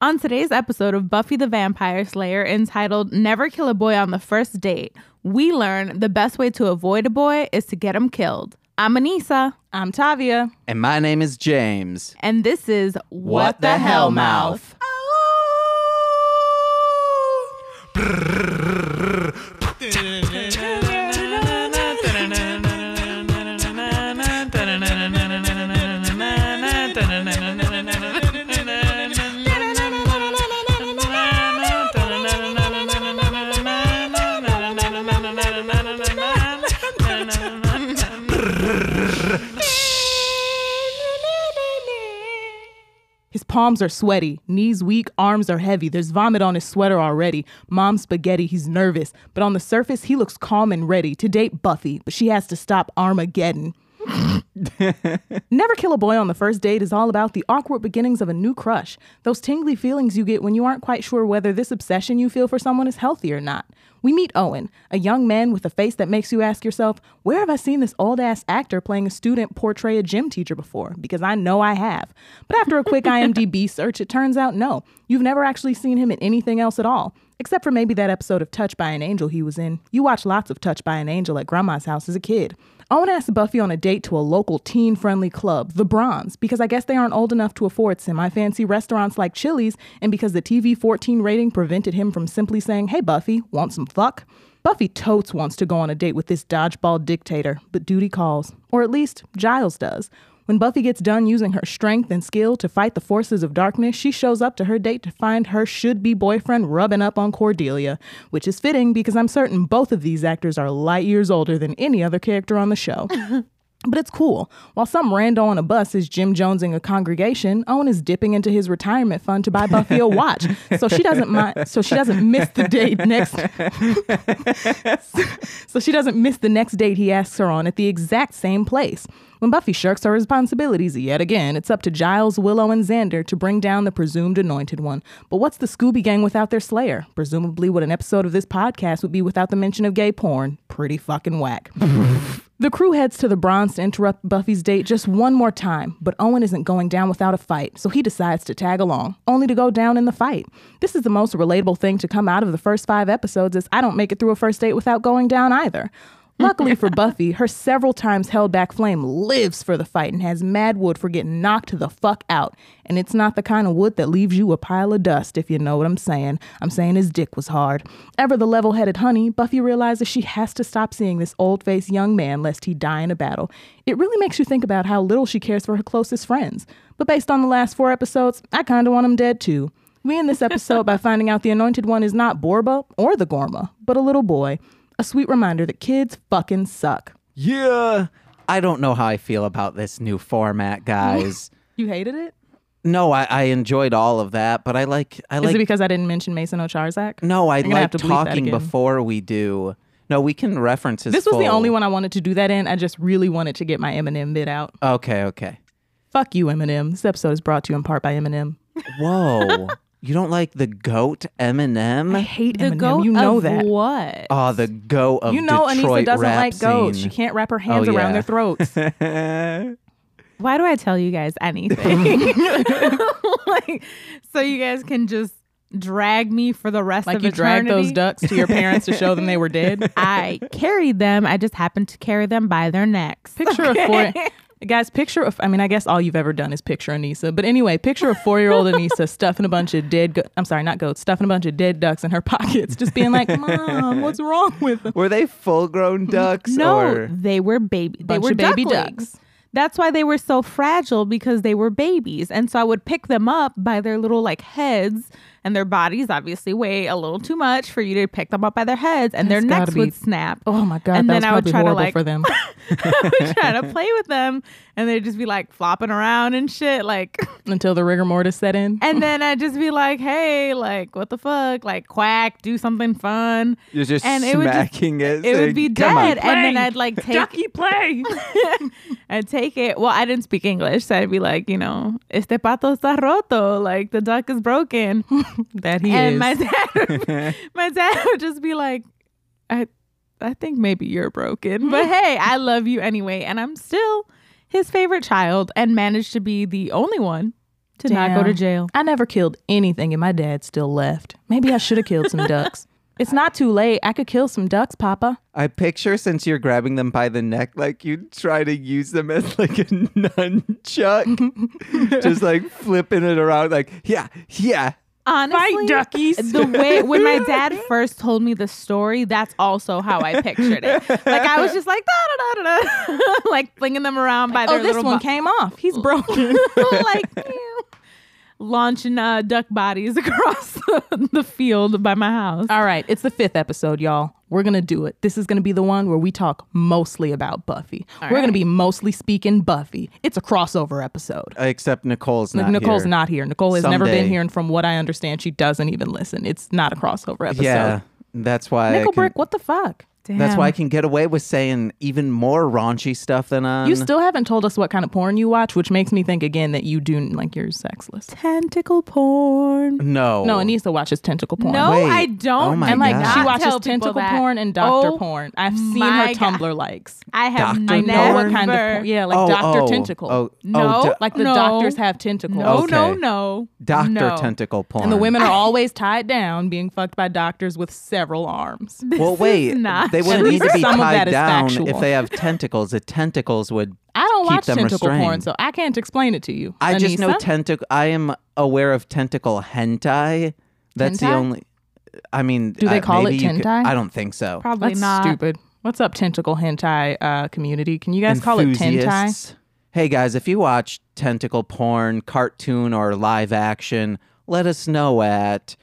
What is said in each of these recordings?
On today's episode of Buffy the Vampire Slayer, entitled Never Kill a Boy on the First Date, we learn the best way to avoid a boy is to get him killed. I'm Anissa. I'm Tavia. And my name is James. And this is What, the Hell Mouth? His palms are sweaty, knees weak, arms are heavy. There's vomit on his sweater already. Mom's spaghetti, he's nervous, but on the surface, he looks calm and ready to date Buffy, but she has to stop Armageddon. Never Kill a Boy on the First Date is all about the awkward beginnings of a new crush, those tingly feelings you get when you aren't quite sure whether this obsession you feel for someone is healthy or not. We meet Owen, a young man with a face that makes you ask yourself, Where have I seen this old ass actor playing a student portray a gym teacher before? Because I know I have. But after a quick IMDb search, it turns out no, you've never actually seen him in anything else at all. Except for maybe that episode of Touched by an Angel he was in. You watch lots of Touched by an Angel at Grandma's house as a kid. Owen asked Buffy on a date to a local teen friendly club, The Bronze, because I guess they aren't old enough to afford semi fancy restaurants like Chili's, and because the TV 14 rating prevented him from simply saying, Hey, Buffy, want some fuck? Buffy totes wants to go on a date with this dodgeball dictator, but duty calls. Or at least, Giles does. When Buffy gets done using her strength and skill to fight the forces of darkness, she shows up to her date to find her should be boyfriend rubbing up on Cordelia, which is fitting because I'm certain both of these actors are light years older than any other character on the show. But it's cool. While some rando on a bus is Jim Jonesing a congregation, Owen is dipping into his retirement fund to buy Buffy a watch, so she doesn't mind. So she doesn't miss the date next. so she doesn't miss the next date he asks her on at the exact same place. When Buffy shirks her responsibilities yet again, it's up to Giles, Willow, and Xander to bring down the presumed anointed one. But what's the Scooby Gang without their Slayer? Presumably, what an episode of this podcast would be without the mention of gay porn. Pretty fucking whack. The crew heads to the bronze to interrupt Buffy's date just one more time, but Owen isn't going down without a fight, so he decides to tag along, only to go down in the fight. This is the most relatable thing to come out of the first five episodes is I don't make it through a first date without going down either. Luckily for Buffy, her several times held back flame lives for the fight and has mad wood for getting knocked the fuck out. And it's not the kind of wood that leaves you a pile of dust, if you know what I'm saying. I'm saying his dick was hard. Ever the level headed honey, Buffy realizes she has to stop seeing this old faced young man lest he die in a battle. It really makes you think about how little she cares for her closest friends. But based on the last four episodes, I kinda want him dead too. We end this episode by finding out the anointed one is not Borba or the Gorma, but a little boy. A sweet reminder that kids fucking suck. Yeah. I don't know how I feel about this new format, guys. You hated it? no, I, I enjoyed all of that, but I like I Is like it because I didn't mention Mason O'Charzak? No, I I'm gonna like have to bleep that talking again. before we do. No, we can reference his This was the full- only one I wanted to do that in. I just really wanted to get my Eminem bit out. Okay, okay. Fuck you, Eminem. This episode is brought to you in part by Eminem. Whoa. you don't like the goat I Eminem? hate The Eminem. goat you know of that. what? Oh, the goat of You know Anissa Detroit doesn't rap like goats. scene. Oh, She can't wrap her hands around yeah. their throats. Why do I tell you guys anything? like, so you guys can just drag me for the rest like of you eternity. dragged those ducks to your parents to show them they were dead. I carried them. I just happened to carry them by their necks. Picture a four guys, picture of I mean, I guess all you've ever done is picture Anissa. But anyway, picture a four year old Anissa stuffing a bunch of dead go- I'm sorry, not goats, stuffing a bunch of dead ducks in her pockets, just being like, Mom, what's wrong with them? Were they full grown ducks? No, Or... they were baby. They Bunch were of baby ducklings. ducks. That's why they were so fragile because they were babies. And so I would pick them up by their little like heads, and their bodies obviously weigh a little too much for you to pick them up by their heads, and That's their gotta necks be- would snap. Oh my god, And that then was I would probably try to, horrible like- for them. I would try to play with them, and they'd just be like flopping around and shit. Like, until the rigor mortis set in. and then I'd just be like, "Hey, like, what the fuck? Like, quack, do something fun." You're just And it would just- smacking it. It would be "Come on." dead, and then I'd like take play. I'd take it. Well, I didn't speak English, so I'd be like, you know, este pato está roto, like the duck is broken. that he and is. my dad, my dad would just be like, I, I think maybe you're broken, but hey, I love you anyway, and I'm still his favorite child, and managed to be the only one to not go Damn. to jail. I never killed anything and my dad still left. Maybe I should have killed some ducks. It's not too late. I could kill some ducks, Papa. I picture since you're grabbing them by the neck, like you try to use them as like a nunchuck, just like flipping it around, like yeah, yeah. Honestly, duckies. the way when my dad first told me the story, that's also how I pictured it. Like I was just like da da da da, da, like flinging them around by their Oh, this little one bo- came off. He's broken. like ew. launching uh, duck bodies across the, the field by my house. All right, it's the fifth episode, y'all. We're gonna do it. This is gonna be the one where we talk mostly about Buffy. We're gonna be mostly speaking Buffy. It's a crossover episode. Except Nicole's not. Nicole's here. not here. Nicole has never Someday. been here, and from what I understand, she doesn't even listen. It's not a crossover episode. Yeah, that's why. I Nickel can- Brick, what the fuck? That's Damn. why I can get away with saying even more raunchy stuff than on. You still haven't told us what kind of porn you watch, which makes me think again that you do like you're sexless. tentacle porn. no, No, Anissa watches tentacle porn. Oh. No, Wait. I don't. Oh my and like God. she Not watches tell people tentacle that. porn and doctor Oh, porn. I've seen her my God. Tumblr likes. I have Dr. I never. know what kind of porn. Yeah, like Oh, Doctor oh, Tentacle. Oh, oh, No. do- Like the No. doctors have tentacles. No, no, Okay. no. Doctor no. Tentacle porn. And the women are always tied down, being fucked by doctors with several arms. Well, wait. not They wouldn't true. need to be Some of that tied is down factual. if they have tentacles. The tentacles would. I don't Keep watch them tentacle porn, restrained. so I can't explain it to you. I just know Anissa? tentacle. I am aware of tentacle hentai. That's Hentai? the only. I mean, uh, do they call it hentai? I don't think so. Probably That's not. stupid. What's up, tentacle hentai uh, community? Can you guys call it hentai? Enthusiasts. Hey guys, if you watch tentacle porn, cartoon, or live action, let us know at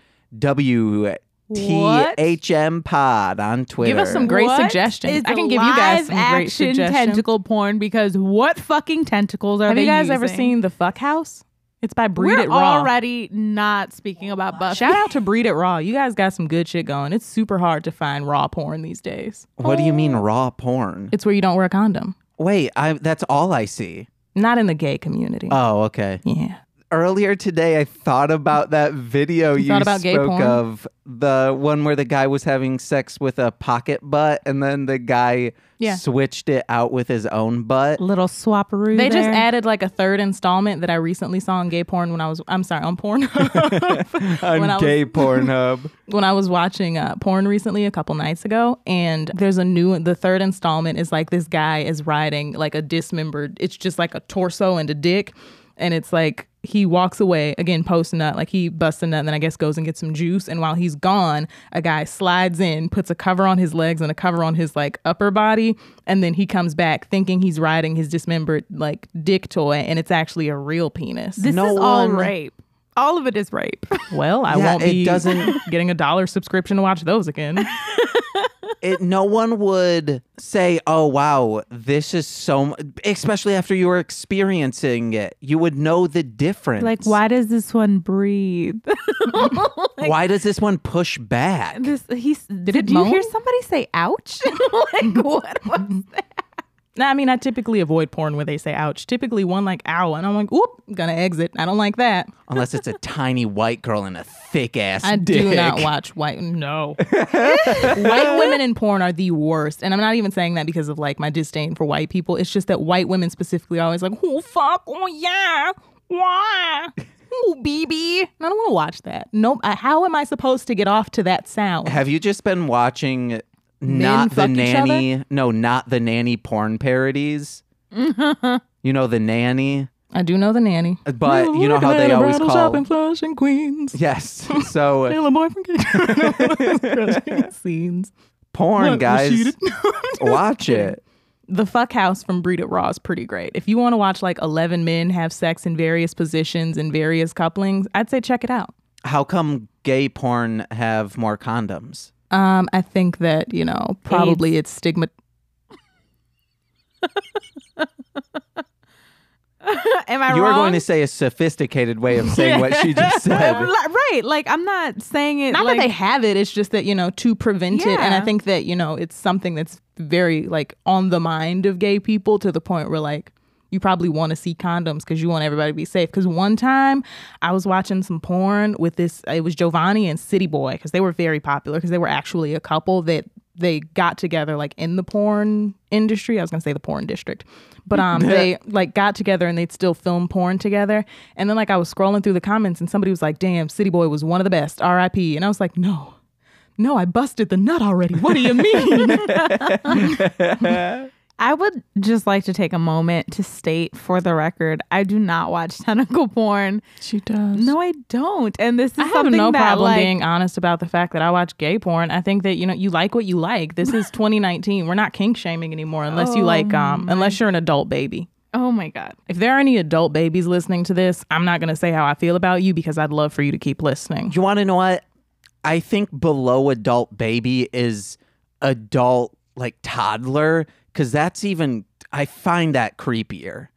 WTHM Pod on Twitter. Give us some great What suggestions. is I can give you live guys some great action suggestions. tentacle porn because what fucking tentacles are Have they you guys ever using? seen the Fuck House? It's by Breed We're It Raw. already not speaking about Buffy. Shout out to Breed It Raw. You guys got some good shit going. It's super hard to find raw porn these days. What do you mean raw porn? It's where you don't wear a condom. Wait, I, that's all I see. Not in the gay community. Uh, Oh, okay. yeah. Earlier today, I thought about that video you, thought about gay spoke porn? of, the one where the guy was having sex with a pocket butt, and then the guy Yeah. switched it out with his own butt. Little swapperoo. They just there. added like a third installment that I recently saw on gay porn when I was I'm sorry, on porn. when I on was- gay Pornhub. when I was watching uh, porn recently a couple nights ago and there's a new the third installment is like this guy is riding like a dismembered it's just like a torso and a dick and it's like he walks away again post nut like he busts a nut and then I guess goes and gets some juice and while he's gone a guy slides in puts a cover on his legs and a cover on his like upper body and then he comes back thinking he's riding his dismembered like dick toy and it's actually a real penis. This No is all one- rape. All of it is rape. well, I Yeah, won't it be doesn't- getting a dollar subscription to watch those again. it no one would say oh wow this is so m-, especially after you were experiencing it you would know the difference like, why does this one breathe? why does this one push back This he's. Did, it you hear moan? somebody say "ouch"? like what was that? No, I mean, I typically avoid porn where they say ouch. Typically, one like ow, and I'm like, oop, gonna exit. I don't like that. unless it's a tiny white girl and a thick ass I dick do not watch white. No. white women in porn are the worst. And I'm not even saying that because of like my disdain for white people. It's just that white women specifically are always like, oh, fuck, oh, yeah, why? Oh, BB. And I don't wanna watch that. Nope. I, how am I supposed to get off to that sound? have you just been watching not the fuck each other? nanny no not the nanny porn parodies you know the nanny I do know the nanny. but you know how they always Shop call in Flush and Queens. yes so uh, Taylor boy from Kitchen scenes. porn Look, guys Rashida- watch it The fuck house from Breed It Raw is pretty great. If you want to watch like eleven men have sex in various positions and various couplings, I'd say check it out. how come gay porn have more condoms? Um, I think that you know probably it's stigma. Am I you were wrong? going to say a sophisticated way of saying what she just said. Li- right. Like I'm not saying it. Not like, that they have it. It's just that you know to prevent it, and I Yeah. think that you know it's something that's very like on the mind of gay people to the point where like you probably want to see condoms because you want everybody to be safe. Because one time I was watching some uh, porn with this. It was Giovanni and City Boy because they were very popular because they were actually a couple that they got together like in the porn industry. I was gonna say the porn district, but um, they like got together and they'd still film porn together. And then like I was scrolling through the comments and somebody was like, "Damn, City Boy was one of the best." R.I.P. And I was like, "No, no, I busted the nut already. What do you mean?" I would just like to take a moment to state for the record, I do not watch tentacle porn. she does. No, I don't. And this is I have something no that problem like being honest about the fact that I watch gay porn. I think that you know you like what you like. This is 2019. We're not kink shaming anymore unless you like um unless you're an adult baby. Oh my god. If there are any adult babies listening to this, I'm not going to say how I feel about you because I'd love for you to keep listening. You want to know what? I think below adult baby is adult like toddler because that's even I find that creepier.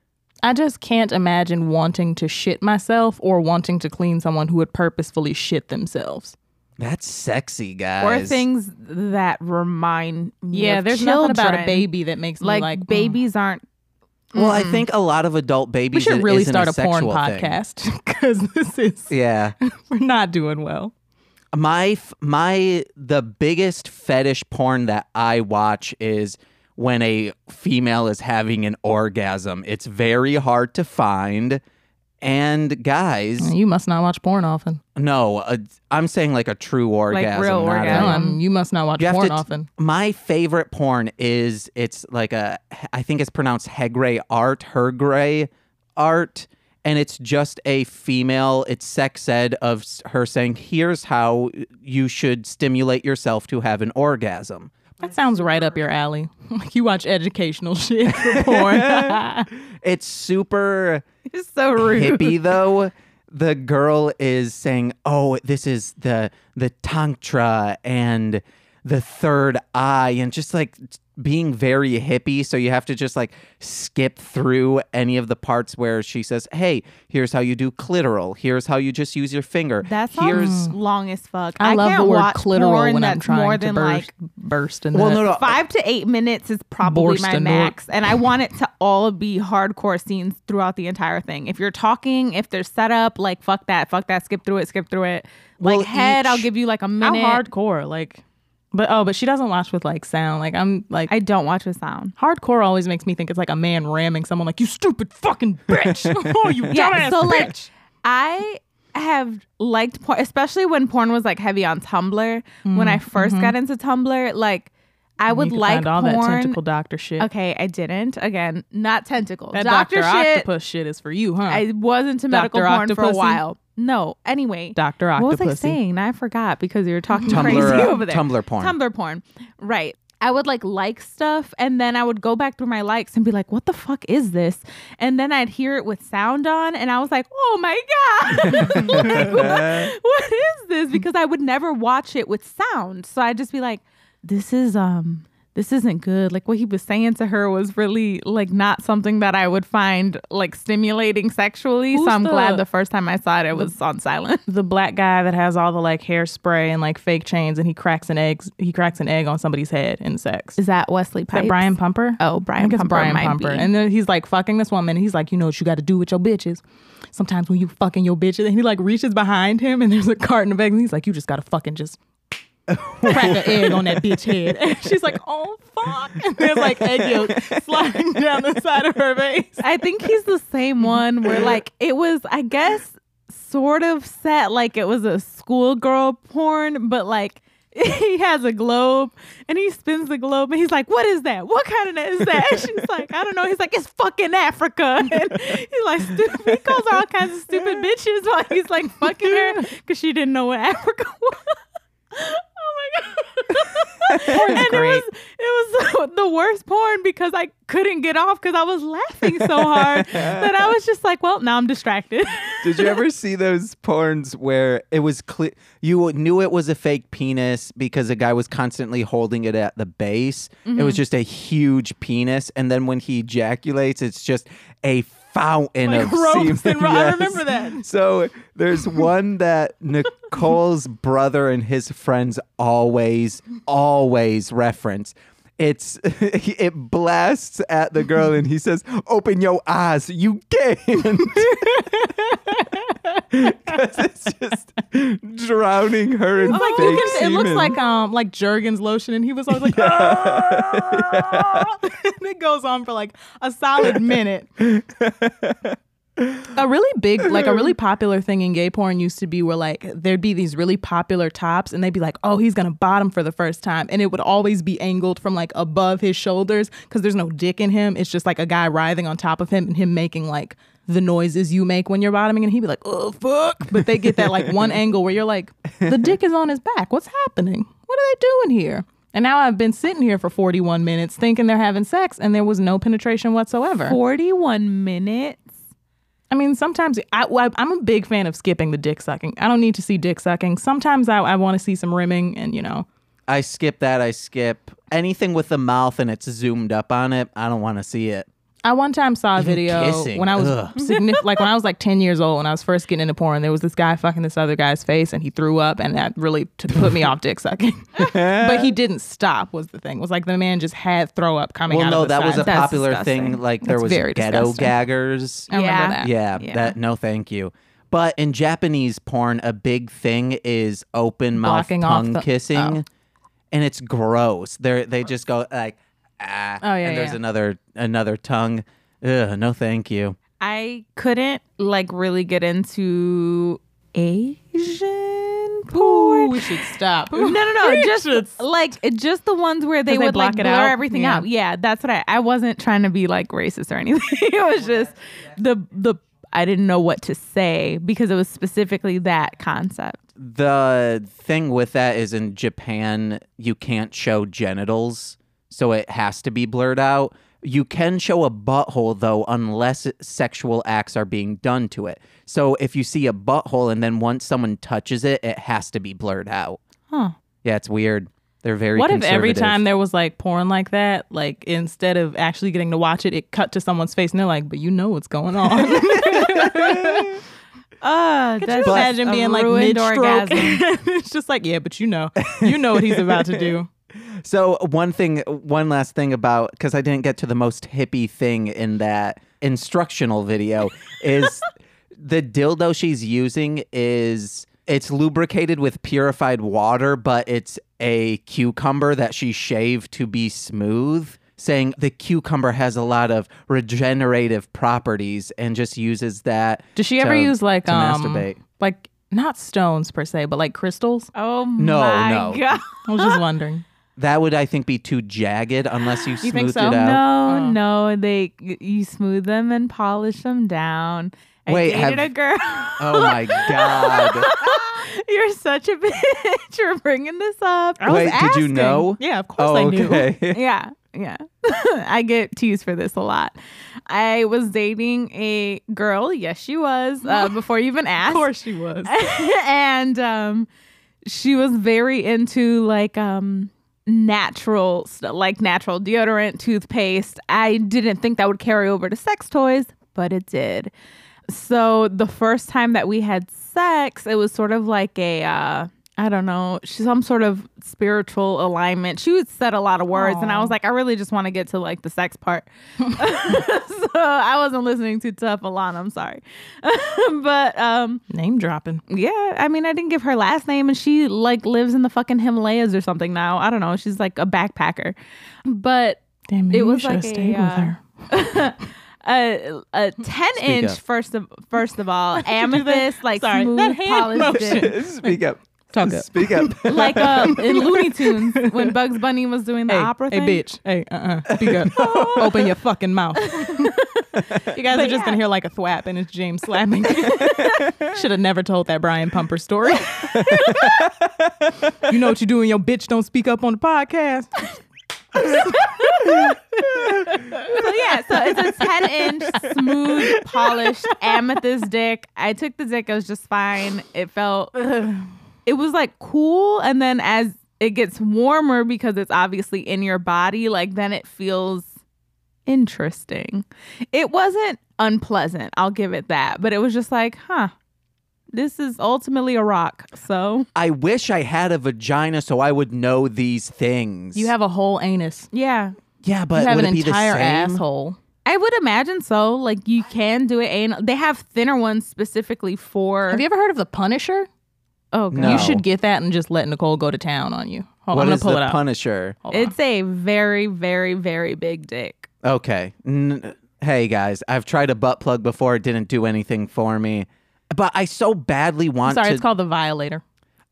I just can't imagine wanting to shit myself or wanting to clean someone who would purposefully shit themselves. That's sexy, guys. Or things that remind me Yeah, of there's nothing about a children. baby that makes Like, me like mm. babies aren't Well, I think a lot of adult babies. We should it really isn't start a, porn sexual thing. podcast because this is Yeah. we're not doing well. my f- my the biggest fetish porn that I watch is when a female is having an orgasm. It's very hard to find. And guys, You must not watch porn often. no, a, I'm saying like a true orgasm. real not a- No, orgasm. I'm- you must not watch You have porn to t- often. My favorite porn is it's like a I think it's pronounced Hegre art, Hergray art, and it's just a female. It's sex ed of s- her saying, "Here's how you should stimulate yourself to have an orgasm." That sounds right up your alley. Like you watch educational shit for porn. It's super it's so rude. hippie though. The girl is saying, "Oh, this is the the tantra and the third eye and just like being very hippie, so you have to just like skip through any of the parts where she says, "Hey, here's how you do clitoral. Here's how you just use your finger. That sounds here's long as fuck. Mm. I, love can't the word watch clitoral porn when I'm that's trying more to than burst, like burst in well, that. no, no, five to eight minutes is probably Borst my and Nor- max, and I want it to all be hardcore scenes throughout the entire thing. If you're talking, if there's setup, like fuck that, fuck that, skip through it, skip through it. Like Well, head, I'll each- give you like a How minute. hardcore, like, but oh, but she doesn't watch with like sound. Like I'm like I don't watch with sound. hardcore always makes me think it's like a man ramming someone like you stupid fucking bitch. oh, you dumbass so bitch. like I have liked porn, especially when porn was like heavy on Tumblr. when I 1st got into Tumblr, like I would Mm, mm-hmm. You could like find all porn. that tentacle doctor shit. Okay, I didn't. Again, not tentacle. That doctor, Doctor shit. Octopus shit is for you, huh? I was into medical Dr. porn for a Octopussy? while. No. Anyway, Doctor Octopus. what was I saying? Now I forgot because you were talking crazy Tumblr, uh, over there. Tumblr porn. Tumblr porn. Right. I would like like stuff and then I would go back through my likes and be like, what the fuck is this? And then I'd hear it with sound on and I was like, oh my God. like, what, what is this? Because I would never watch it with sound. So I'd just be like, this is, um, this isn't good. Like what he was saying to her was really like not something that I would find like stimulating sexually. Who's so I'm the- glad the first time I saw it, it was on silent. the black guy that has all the like hairspray and like fake chains and he cracks an egg he cracks an egg on somebody's head in sex. Is Is that Wesley Pipes? that Brian Pumper? Oh, I Brian think it's Pumper. Brian might Pumper. be. And then he's like fucking this woman. He's like, you know what you gotta do with your bitches. Sometimes when you fucking your bitches and he like reaches behind him and there's a carton of eggs and he's like, You just gotta fucking just crack an egg on that bitch head. And she's like, Oh fuck and there's like egg yolk sliding down the side of her face. I think he's the same one where like it was, I guess, sort of set like it was a schoolgirl porn, but like he has a globe and he spins the globe and he's like, What is that? What kind of net is that? And she's like, I don't know. He's like, It's fucking Africa. And he's like, stupid. He calls her all kinds of stupid bitches while he's like fucking her because she didn't know what Africa was. Oh my god! and great. it was it was the worst porn because I couldn't get off because I was laughing so hard that I was just like, well, now I'm distracted. Did you ever see those porns where it was clear you knew it was a fake penis because a guy was constantly holding it at the base? It Mm-hmm. was just a huge penis, and then when he ejaculates, it's just a fountain Like of ropes semen. and ro- I Yes. remember that. So there's one that Nicole's brother and his friends always, always reference. It's it blasts at the girl and he says, "Open your eyes, you can't." Because it's just drowning her in It's like fake you can, Oh it semen. looks like um like Jergens lotion, and he was always like, "Ah!" and it goes on for like a solid minute. a really big, like a really popular thing in gay porn used to be where like there'd be these really popular tops, and they'd be like, "Oh, he's gonna bottom for the first time," and it would always be angled from like above his shoulders because there's no dick in him. It's just like a guy writhing on top of him and him making like the noises you make when you're bottoming and he'd be like oh fuck but they get that like one angle where you're like the dick is on his back what's happening what are they doing here and now i've been sitting here for 41 minutes thinking they're having sex and there was no penetration whatsoever 41 minutes. i mean sometimes I, I, i'm a big fan of skipping the dick sucking i don't need to see dick sucking sometimes i, I want to see some rimming and you know I skip that. I skip anything with the mouth and it's zoomed up on it. I don't want to see it. I one time saw a video kissing, when I was ugh. signif- like when I was like ten years old when I was first getting into porn. There was this guy fucking this other guy's face, and he threw up, and that really t- put me off dick sucking. but he didn't stop. Was the thing was like the man just had throw up coming Well, out. no, of his that was side. a That's popular thing. disgusting. Like there That's was very ghetto disgusting. gaggers. I remember Yeah. that. Yeah, Yeah. that no, thank you. But in Japanese porn, a big thing is open mouth Blocking off tongue the- kissing, oh. and it's gross. They they just go like ah, Oh, yeah, and there's yeah. another another tongue. Ugh, no, thank you. I couldn't like really get into Asian Ooh, porn. we should stop. No, no, no. Just like it- just the ones where they they would block like it blur out? everything Yeah. out. Yeah, that's what I. I wasn't trying to be like racist or anything. it was just the the I didn't know what to say because it was specifically that concept. The thing with that is in Japan, you can't show genitals, so it has to be blurred out. You can show a butthole though, unless sexual acts are being done to it. So if you see a butthole and then once someone touches it, it has to be blurred out. Huh. Yeah, it's weird. They're very. What if every time conservative. there was like porn like that, like instead of actually getting to watch it, it cut to someone's face, and they're like, "But you know what's going on." Ah, Uh, Could Just imagine being like mid stroke. it's just like, yeah, but you know, you know what he's about to do. So one thing, one last thing about because I didn't get to the most hippie thing in that instructional video is the dildo she's using is it's lubricated with purified water, but it's a cucumber that she shaved to be smooth. Saying the cucumber has a lot of regenerative properties and just uses that. Does she ever to- use like to um masturbate? like not stones per se, but like crystals? Oh No, my no. god. I was just wondering. That would, I think, be too jagged unless you smoothed You think so? it out. No, Oh. no, they you smooth them and polish them down. I Wait, dated have- a girl. Oh my god! You're such a bitch. You're bringing this up. I was Wait, did you asking. know? Yeah, of course oh, I knew. okay. yeah, yeah. I get teased for this a lot. I was dating a girl. Yes, she was. Uh, before you even asked. Of course she was. and um, she was very into like um natural stuff, like natural deodorant, toothpaste. I didn't think that would carry over to sex toys, but it did. So the first time that we had sex, it was sort of like a uh, I don't know, sh- some sort of spiritual alignment. She would said a lot of words, and I was like, I really just want to get to like the sex part. so I wasn't listening to tough Alana. I'm sorry, but um, Name dropping. yeah, I mean, I didn't give her last name, and she like lives in the fucking Himalayas or something now. I don't know. She's like a backpacker, but Damn, It it was was should have like a, stayed uh, with her. a a ten inch up. first of first of all amethyst like Sorry, smooth that hand polished motion. it. Speak up. Talk up. Speak up. like uh, in Looney Tunes when Bugs Bunny was doing the Hey, opera hey, thing. bitch. Hey, uh, uh speak up. Open your fucking mouth. you guys are just gonna hear like a thwap, and it's James slapping. Should have never told that Brian Pumper story. you know what you do when your bitch don't speak up on the podcast. So yeah, so it's a 10 inch smooth polished amethyst dick. I took the dick. It was just fine. It felt, it was like cool. And then as it gets warmer because it's obviously in your body, like then it feels interesting. It wasn't unpleasant. I'll give it that. But it was just like, huh, this is ultimately a rock. So I wish I had a vagina so I would know these things. You have a whole anus. yeah. yeah, but you have would an it be entire the same? asshole. I would imagine so. Like you can do it anal. They have thinner ones specifically for. Have you ever heard of the Punisher? Oh, God. No. You should get that and just let Nicole go to town on you. Hold on, What I'm is gonna pull the it out. Punisher? It's a very, very, very big dick. Okay. N- hey guys, I've tried a butt plug before. It didn't do anything for me, but I so badly want Sorry, to. it's called the Violator.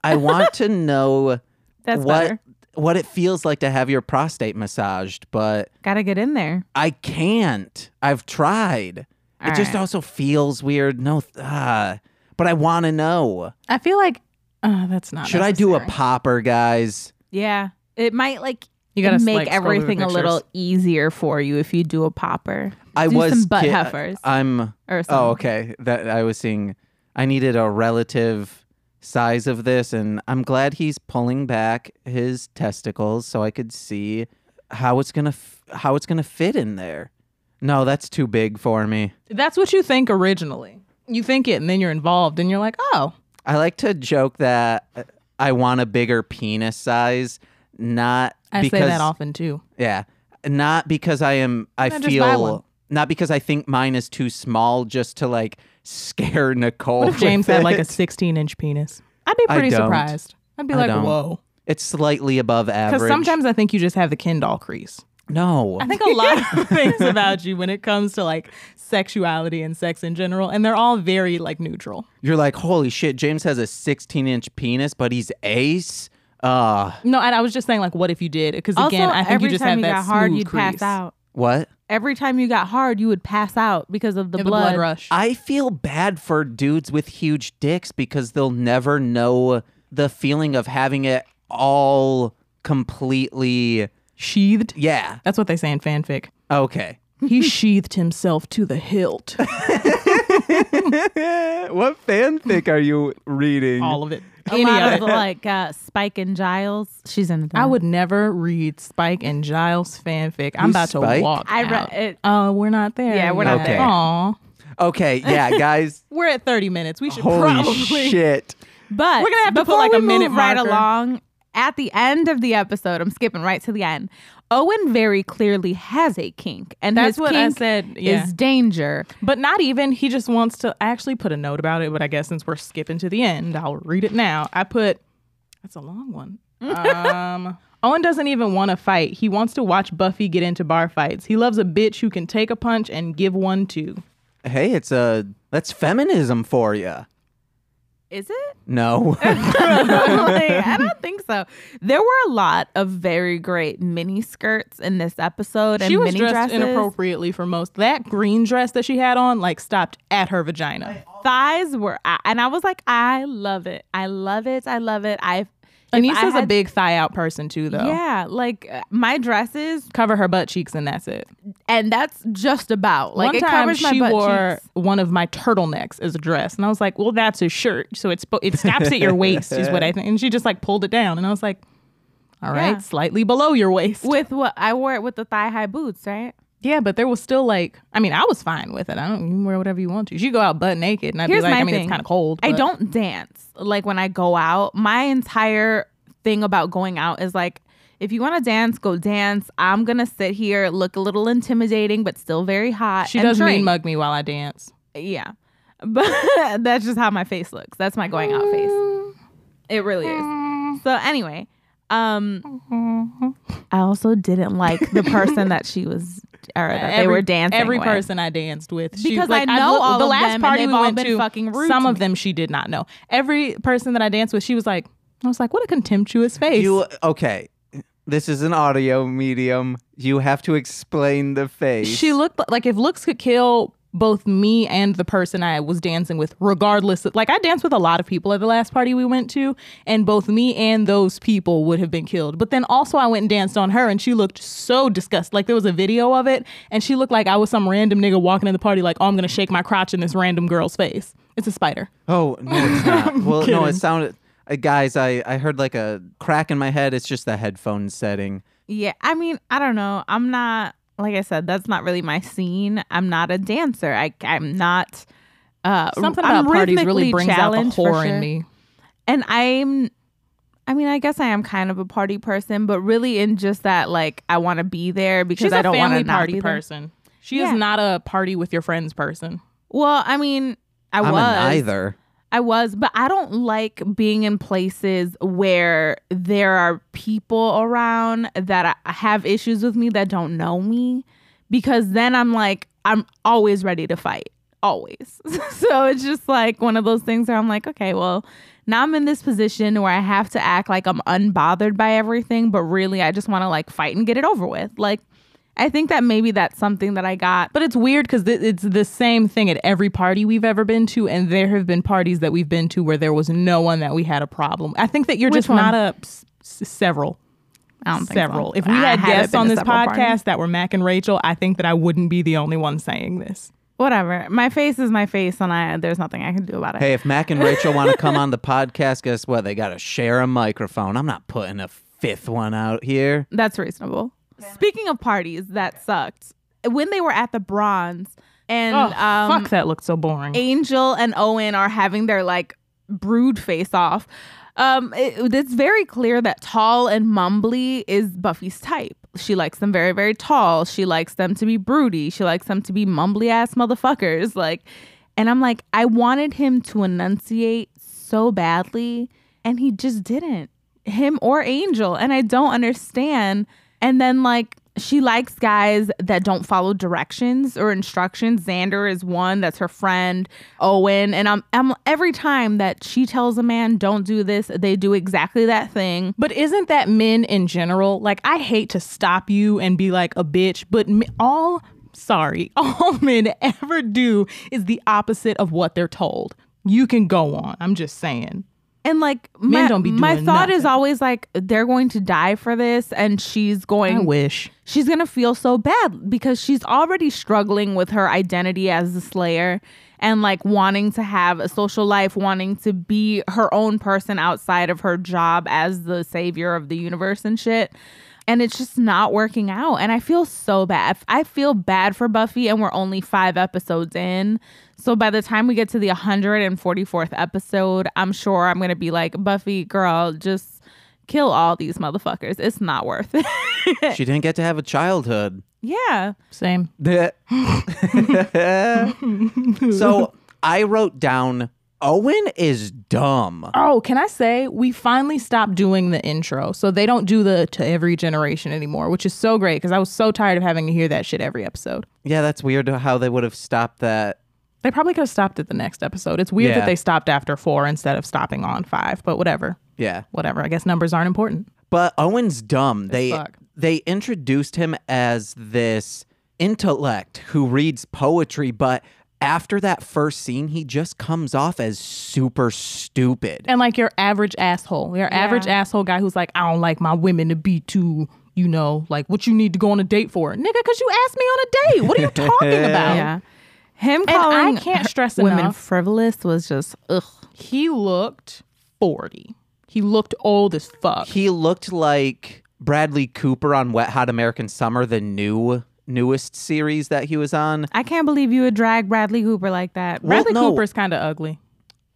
I want to know That's what better. what it feels like to have your prostate massaged, but Gotta get in there. I can't. I've tried. it All just right. also feels weird. No, th- ah. but I want to Oh, know. I feel like uh, that's not. Should I do a necessary. popper, guys? Yeah. It might like You gotta make like, scroll through the everything a little pictures. easier for you if you do a popper. I Do was some butt ki- uh, huffers. I'm. Or Oh, something. okay. That I was seeing. I needed a relative size of this, and I'm glad he's pulling back his testicles so I could see how it's gonna f- how it's gonna fit in there. No, that's too big for me. That's what you think originally. You think it, and then you're involved, and you're like, oh, I like to joke that uh, I want a bigger penis size, not I because say that often too. yeah, not because I am I No, just buy one. feel not because I think mine is too small, just to like scare Nicole. What if with James had like a it. 16 inch penis? I'd be I pretty don't. surprised. I'd be I like, don't. whoa. It's slightly above average. Because sometimes I think you just have the Ken doll crease. no, I think a lot of things about you when it comes to like sexuality and sex in general, and they're all very like neutral. you're like, holy shit, James has a 16 inch penis, but he's ace. Uh, No, and I was just saying like, what if you did? Because Also, again, I think every you just time have you that got hard, smooth you'd crease. pass out. what? Every time you got hard, you would pass out because of the, Yeah, the blood. blood rush. I feel bad for dudes with huge dicks because they'll never know the feeling of having it all completely. sheathed. Yeah. That's what they say in fanfic. Okay. He sheathed himself to the hilt. what fanfic are you reading? All of it. A Any lot of of it. the, like uh, Spike and Giles. She's in. That. I would never read Spike and Giles fanfic. I'm Who's about Spike? to walk. I re- out. it- Oh, we're not there. Yeah, we're yet. not there. Aw. Okay. Yeah, guys. We're at 30 minutes. We should holy probably. shit. But We're gonna have to put, before like, we a minute move right marker. along at the end of the episode, I'm skipping right to the end. Owen very clearly has a kink, and That's his what I kink said. Yeah. is danger. But not even. He just wants to I actually put a note about it. But I guess since we're skipping to the end, I'll read it now. I put. That's a long one. um, Owen doesn't even want to fight. He wants to watch Buffy get into bar fights. He loves a bitch who can take a punch and give one too. Hey, it's a that's feminism for you. Is it? No. Like, I don't think so. There were a lot of very great mini skirts in this episode, and She was mini dressed dresses. inappropriately for most. That green dress that she had on, like, stopped at her vagina. Thighs were, out, and I was like, I love it. I love it. I love it. I. if I Anissa's a had- big thigh out person too, though. Yeah, like uh, my dresses, Cover her butt cheeks and that's it. and that's just about like One it time covers my she butt wore cheeks. one of my turtlenecks as a dress, and I was like, "Well, that's a shirt, so it's spo- it stops at your waist," is what I think. And she just like pulled it down, and I was like, "All right, Yeah. slightly below your waist." with what I wore it with the thigh high boots, right? yeah, but there was still like, I mean, I was fine with it. I don't you can wear whatever you want to. You go out butt naked, and I'd Here's be like, my "I mean, thing. it's kind of cold." I but- don't dance like when I go out. My entire thing about going out is like, if you want to dance, go dance. I'm gonna sit here, look a little intimidating, but still very hot. She and does drink. mean mug me while I dance. Yeah, but that's just how my face looks. That's my going out face. It really is. So anyway, um, I also didn't like the person that she was, or that they Every- were dancing. Every with. person I danced with, she, Because like, I know looked- all the of last them, and party they've we all went been to. fucking rude some to of me. them she did not know. Every person that I danced with, she was like, I was like, what a contemptuous face. You okay? This is an audio medium. You have to explain the face. she looked li- like if looks could kill both me and the person I was dancing with, regardless. Of, like I danced with a lot of people at the last party we went to, and both me and those people would have been killed. But then also I went and danced on her, and she looked so disgusted. Like there was a video of it, and she looked like I was some random nigga walking in the party, like, oh, I'm gonna shake my crotch in this random girl's face. It's a spider. Oh no, it's not. well, no, it sounded. Uh, guys, I I heard like a crack in my head. It's just the headphone setting. Yeah, I mean, I don't know. I'm not like I said. That's not really my scene. I'm not a dancer. I I'm not. Uh, Something I'm about parties rhythmically really brings out the challenged for whore in sure. me. And I'm. I mean, I guess I am kind of a party person, but really in just that, like, I want to be there because She's I a don't want family to not party be there. person. She Yeah. is not a party with your friends person. Well, I mean, I I'm a was neither. I was, but I don't like being in places where there are people around that I- have issues with me that don't know me because then I'm like, I'm always ready to fight, always. so it's just like one of those things where I'm like, okay, well, now I'm in this position where I have to act like I'm unbothered by everything, but really I just want to like fight and get it over with. Like, I think that maybe that's something that I got. But it's weird because th- it's the same thing at every party we've ever been to, and there have been parties that we've been to where there was no one that we had a problem. I think that you're Which just one? not a s- s- several. I don't think so. several. If we I had haven't guests been on to this several podcast parties. that were Mac and Rachel, I think that I wouldn't be the only one saying this. whatever. My face is my face, and I there's nothing I can do about it. Hey, if Mac and Rachel want to come on the podcast, guess what? They got to share a microphone. I'm not putting a fifth one out here. That's reasonable. Speaking of parties, that sucked. When they were at the Bronze, and um, Oh, fuck, that looked so boring. Angel and Owen are having their like brood face off. Um, it- it's very clear that tall and mumbly is Buffy's type. She likes them very, very tall. She likes them to be broody. She likes them to be mumbly ass motherfuckers. Like, and I'm like, I wanted him to enunciate so badly, and he just didn't. Him or Angel, and I don't understand. And then like she likes guys that don't follow directions or instructions. Xander is one that's her friend, Owen, and I'm, I'm every time that she tells a man don't do this, they do exactly that thing. But isn't that men in general? Like, I hate to stop you and be like a bitch, but m- all, sorry, all men ever do is the opposite of what they're told. You can go on. I'm just saying. And like my, don't be my doing thought is nothing. always like they're going to die for this and she's I going wish. she's gonna feel so bad because she's already struggling with her identity as the slayer and like wanting to have a social life wanting to be her own person outside of her job as the savior of the universe and shit and it's just not working out and i feel so bad i feel bad for buffy and we're only five episodes in so by the time we get to the 144th episode i'm sure i'm gonna be like buffy girl just kill all these motherfuckers it's not worth it She didn't get to have a childhood. yeah. Same. so I wrote down Owen is dumb. Oh, can I say we finally stopped doing the intro, so they don't do the to every generation anymore, which is so great because I was so tired of having to hear that shit every episode. Yeah, that's weird how they would have stopped that. They probably could have stopped at the next episode. It's weird Yeah. that they stopped after four instead of stopping on five, but whatever, Yeah. whatever. I guess numbers aren't important. But Owen's dumb. They fuck. they introduced him as this intellect who reads poetry, but after that first scene, he just comes off as super stupid. And like your average asshole, your average asshole guy who's like, I don't like my women to be too, you know, like what you need to go on a date for, nigga, because you asked me on a date. What are you talking about? Yeah. Him Um, And calling I can't stress women enough. frivolous was just ugh. He looked forty. He looked old as fuck. he looked like Bradley Cooper on Wet Hot American Summer, the new newest series that he was on. I can't believe you would drag Bradley Cooper like that. Well, Bradley no. Cooper's kind of ugly.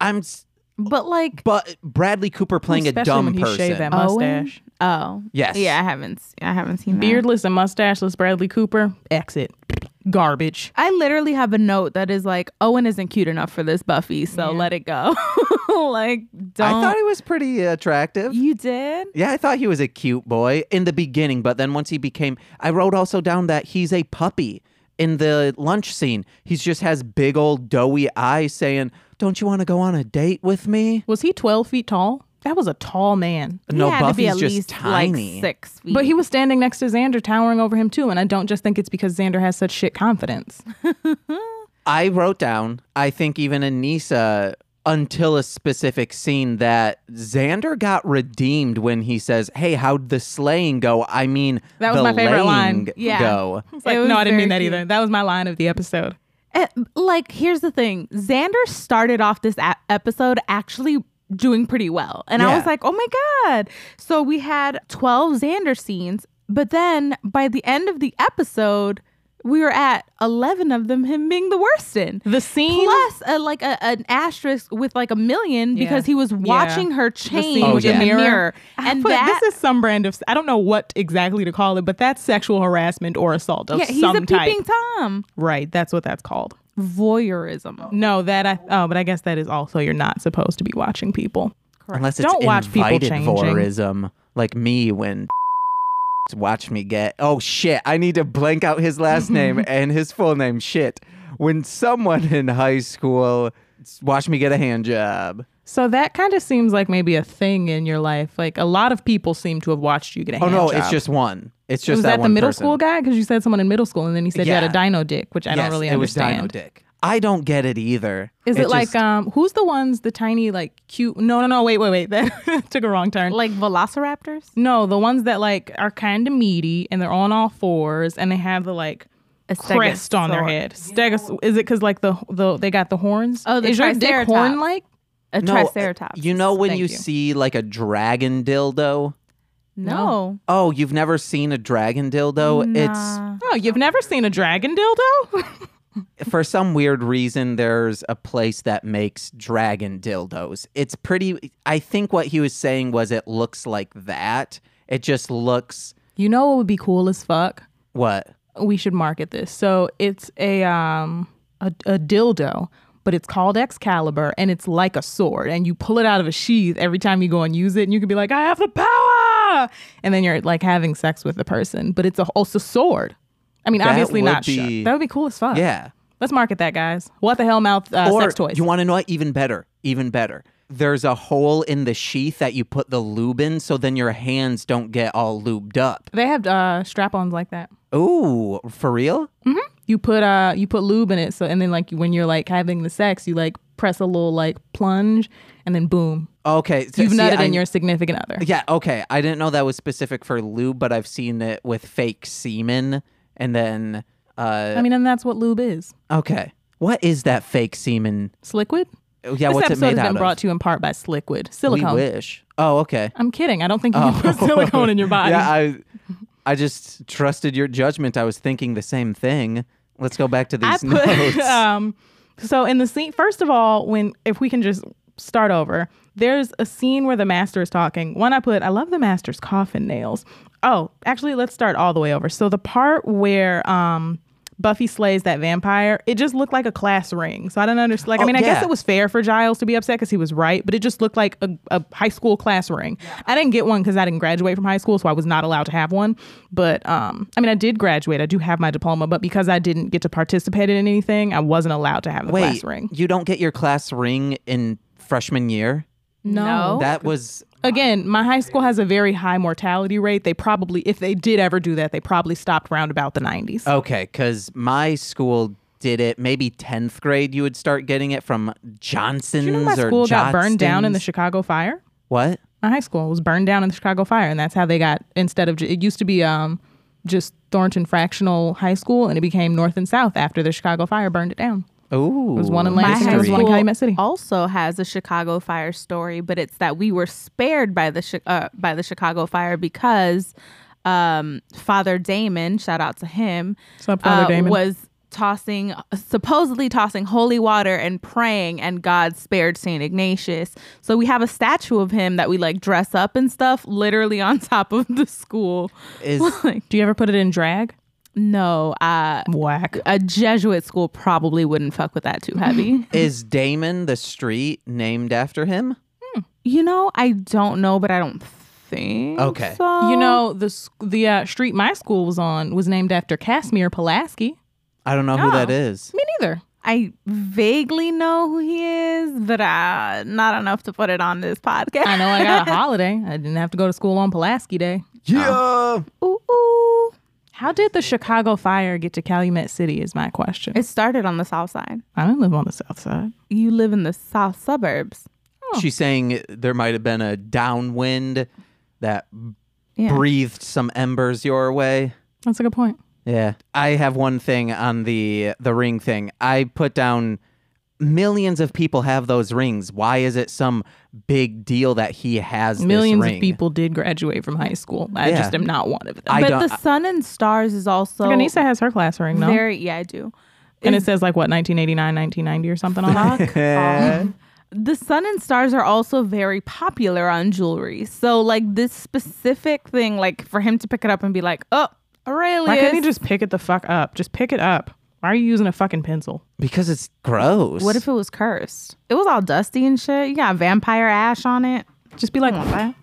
I'm s- But like but Bradley Cooper playing a Especially dumb when he person. shaved that Owen? mustache. Oh. Yes. Yeah, I haven't s- I haven't seen that. Beardless and mustacheless Bradley Cooper, exit. Garbage. I literally have a note that is like Owen isn't cute enough for this Buffy, so let it go. like I don't thought he was pretty attractive. you did? Yeah, I thought he was a cute boy in the beginning, but then once he became, I wrote also down that he's a puppy in the lunch scene. He just has big old doughy eyes saying, Don't you want to go on a date with me? Was he 12 feet tall? That was a tall man. He no, had Buffy's to be at just least like tiny. six feet. But he was standing next to Xander, towering over him too. And I don't just think it's because Xander has such shit confidence. I wrote down, I think even Anissa, until a specific scene, that Xander got redeemed when he says, Hey, how'd the slaying go? I mean, That was the my favorite line. laying Yeah. Go. It's like, It was no, I didn't mean that very either. That was my line of the episode. Eh, like here's the thing xander started off this a- episode actually doing pretty well and i Yeah. was like oh my god so we had 12 xander scenes but then by the end of the episode we were at 11 of them him being the worst in The scene. plus uh, like a, an asterisk with like a million Yeah. because he was Yeah. watching her the change scene Oh, with yeah. the mirror. and But that this is some brand of I don't know what exactly to call it, but that's sexual harassment or assault of yeah he's some a type. peeping tom Right, that's what that's called. voyeurism. No, that I. Oh, but I guess that is also you're not supposed to be watching people. Unless it's Don't watch people invited changing. voyeurism, like me when watch me get. Oh shit! I need to blank out his last name and his full name. Shit! When someone in high school watched me get a hand job. So that kind of seems like maybe a thing in your life. Like a lot of people seem to have watched you get a Oh hand no, job. it's just one. It's just was that, that, the one middle person. school guy? Because you said someone in middle school, and then you said you Yeah. had a dino dick, which I Yes, don't really it understand. was Dino Dick. I don't get it either. Is it, like just- um, who's the ones the tiny like cute? No, no, no. Wait, wait, wait. That took a wrong turn. Like velociraptors? No, the ones that like are kind of meaty and they're on all fours and they have the like crest on their Stegosaur. head. Stegos is it because like the the they got the horns? Oh, the is your dick triceratops. horn like? A no, triceratops. You know when Thank you, you. see like a dragon dildo? No. Oh, you've never seen a dragon dildo? Nah. Oh, you've never seen a dragon dildo? It's for some weird reason there's a place that makes dragon dildos. It's pretty I think what he was saying was it looks like that. It just looks you know what would be cool as fuck? what? We should market this. So it's a um a, a dildo, but it's called Excalibur and it's like a sword and you pull it out of a sheath every time you go and use it and you can be like, I have the power, and then you're like having sex with the person, but it's a also sword. I mean, That obviously would not. shook. be- That would be cool as fuck. Yeah. Let's market that, guys. What the hell, mouth uh, or sex toys? you want to know what? Even better, even better. There's a hole in the sheath that you put the lube in, so then your hands don't get all lubed up. they have uh, strap-ons like that. Ooh, for real? You put uh, you put lube in it, so and then like when you're like having the sex, you like press a little like plunge, and then boom, Okay, so- you've see, nutted I- in your significant other. Yeah, okay. I didn't know that was specific for lube, but I've seen it with fake semen, and then uh, I mean, and that's what lube is. okay, what is that fake semen? It's liquid. Oh, Yeah, this what's it episode made has out been of? brought to you in part by Sliquid we silicone. wish. Oh, okay. I'm kidding. I don't think you can put silicone in your body. Oh. Yeah, I, I just trusted your judgment. I was thinking the same thing. Let's go back to these I notes. put um so in the scene first of all when if we can just start over there's a scene where the master is talking one I put I love the master's coffin nails oh actually let's start all the way over so the part where um Buffy slays that vampire. It just looked like a class ring. So I don't understand. Like, I Oh, mean, I yeah. guess it was fair for Giles to be upset because he was right, but it just looked like a, a high school class ring. I didn't get one because I didn't graduate from high school, so I was not allowed to have one. But um, I mean, I did graduate. I do have my diploma, but because I didn't get to participate in anything, I wasn't allowed to have the Wait, class ring. you don't get your class ring in freshman year? Oh No. That was Again, my high school has a very high mortality rate. They probably, if they did ever do that, they probably stopped round about the 90s. okay because my school did it. Maybe tenth grade, you would start getting it from Johnson's you know, my or school got burned down in the Johnston's. Chicago fire. what? my high school was burned down in the Chicago fire, and that's how they got instead of it used to be um, just Thornton Fractional High School, and it became North and South after the Chicago fire burned it down. Ooh, There's one in My Lancaster, high there's one in school Calumet City. also has a Chicago fire story, but it's that we were spared by the Chi- uh, by the Chicago fire because um, Father Damon, shout out to him, uh, Sup, Father Damon? was tossing supposedly tossing holy water and praying, and God spared Saint Ignatius. So we have a statue of him that we like dress up and stuff, literally on top of the school. is like, Do you ever put it in drag? no, uh, Whack. a Jesuit school probably wouldn't fuck with that too heavy. is Damon the street named after him? You know, I don't know, but I don't think. Okay. so. You know the s- the uh, street my school was on was named after Casimir Pulaski. I don't know who that is. Me neither. I vaguely know who he is, but uh, not enough to put it on this podcast. I know I got a holiday. I didn't have to go to school on Pulaski Day. Yeah, Ooh, ooh. How did the Chicago fire get to Calumet City? Is my question. It started on the south side. I don't live on the south side. You live in the south suburbs. she's saying there might have been a downwind that Yeah. breathed some embers your way. That's a good point. Yeah. I have one thing on the the ring thing. I put down millions of people have those rings. Why is it some big deal that he has this Millions ring? of people did graduate from high school. I Yeah. just am not one of them. I but don't- the sun and stars is also Ganesa has her class ring, no? very. Yeah, I do. and it says like what 1989, 1990 or something on it. Fuck off. Um, The sun and stars are also very popular on jewelry. So, like this specific thing, like for him to pick it up and be like, "Oh, Aurelius." Why can't he just pick it the fuck up? Just pick it up. Why are you using a fucking pencil? because it's gross. What if it was cursed? It was all dusty and shit. You got vampire ash on it. Just be like, What?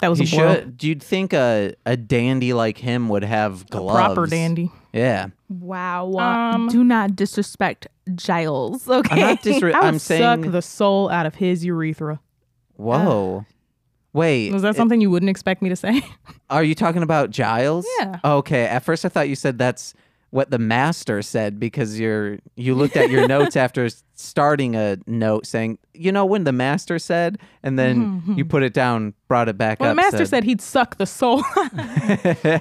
that was you a boil. should? You'd think a a dandy like him would have gloves. Proper dandy. Yeah. Wow. Uh-huh. Um, Do not disrespect Giles. Okay. I'm not disre- I would I'm suck saying. the soul out of his urethra. whoa. Wait. Was that something you wouldn't expect me to say? Are you talking about Giles? Yeah. Okay. At first, I thought you said that's what the master said because you're you looked at your notes after s- starting a note saying you know when the master said and then you put it down brought it back Mm-hmm, Well, up the master said he'd suck the soul.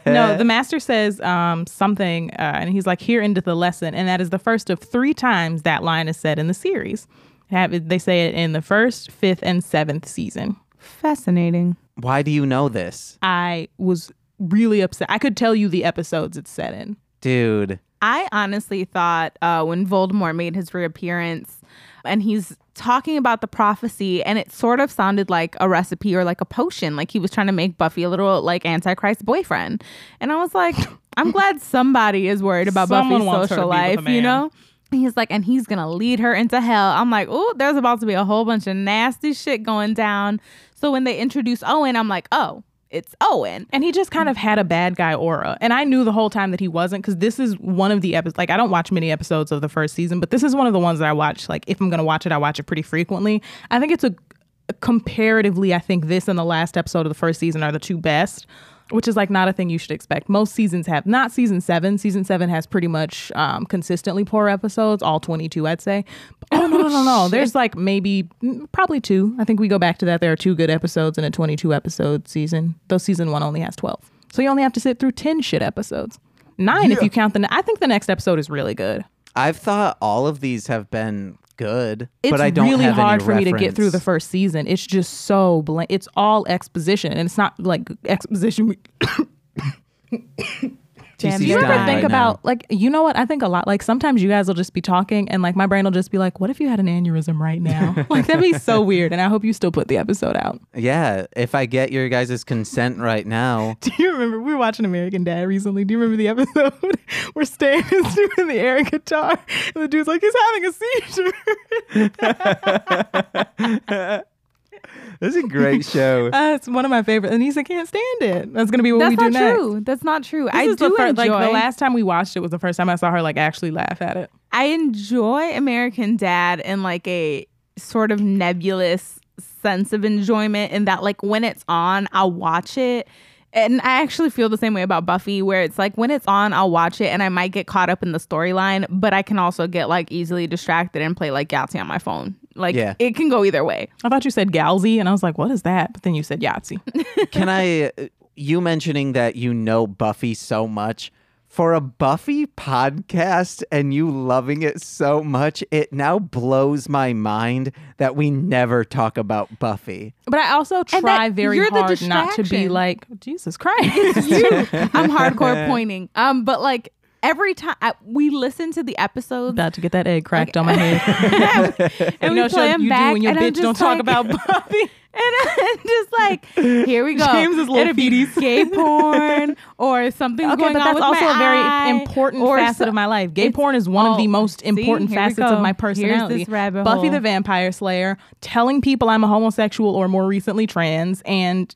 no, the master says um, something, uh, and he's like, "Here endeth the lesson," and that is the first of three times that line is said in the series. Have, they say it in the first, fifth, and seventh season. Fascinating. why do you know this I was really upset. I could tell you the episodes it's set in. dude I honestly thought uh, when Voldemort made his reappearance and he's talking about the prophecy, and it sort of sounded like a recipe or like a potion, like he was trying to make Buffy a little like Antichrist boyfriend. And I was like, I'm glad somebody is worried about Someone Buffy's wants her to social be with a life, you man. know? And He's like, and he's gonna lead her into hell. I'm like, oh, there's about to be a whole bunch of nasty shit going down. So when they introduce Owen, I'm like, oh, it's Owen. And he just kind of had a bad guy aura. And I knew the whole time that he wasn't because this is one of the episodes. Like, I don't watch many episodes of the first season, but this is one of the ones that I watch. Like, if I'm going to watch it, I watch it pretty frequently. I think it's a comparatively, I think this and the last episode of the first season are the two best, which is like not a thing you should expect. Most seasons have not season seven. Season seven has pretty much um, consistently poor episodes, all 22, I'd say. But, oh, no, no, no, no. There's like maybe, mm, probably two. I think we go back to that. There are two good episodes in a 22 episode season, though season one only has 12. So you only have to sit through 10 shit episodes. Nine, if you count the. I think the next episode is really good. i've thought all of these have been good It's but i don't really have hard any for me to get through the reference. first season. It's just so blank. It's all exposition, and it's not like exposition. we- Damn, TC you You is ever dying think right now. about like you know what? I think a lot. Like sometimes you guys will just be talking, and like my brain will just be like, "What if you had an aneurysm right now?" like that'd be so weird. And I hope you still put the episode out. Yeah, if I get your guys' consent right now. Do you remember we were watching American Dad recently? Do you remember the episode where Stan is doing the air guitar and the dude's like, he's having a seizure? This is a great show. Uh, it's one of my favorites, and he's like, can't stand it. That's gonna be what That's we do not next. true. That's not true. I This do is the fir- enjoy. like the last time we watched it was the first time I saw her like actually laugh at it. I enjoy American Dad in like a sort of nebulous sense of enjoyment in that like when it's on, I'll watch it. And I actually feel the same way about Buffy, where it's like when it's on, I'll watch it and I might get caught up in the storyline, but I can also get like easily distracted and play like Yahtzee on my phone. Like Yeah. it can go either way. I thought you said Galsy, and I was like, what is that? But then you said Yahtzee. Can I you mentioning that you know Buffy so much for a Buffy podcast and you loving it so much, it now blows my mind that we never talk about Buffy. But I also that try very you're the hard not to be distraction. like Jesus Christ. you. I'm hardcore pointing. Um, but like every time I, we listen to the episodes, About to get that egg cracked on my head. and you we know, play shut them you back, do when your and I'm bitch just don't talk like- about Buffy. and I'm just like, here we go. James's little It'll be feeties. gay porn or something Okay, going but on that's with also my a very eye, important or facet so- of my life. Gay it's porn is one of the all- most See, important here we facets of go. my Here's this personality. rabbit Buffy hole. the Vampire Slayer, telling people I'm a homosexual or more recently trans, and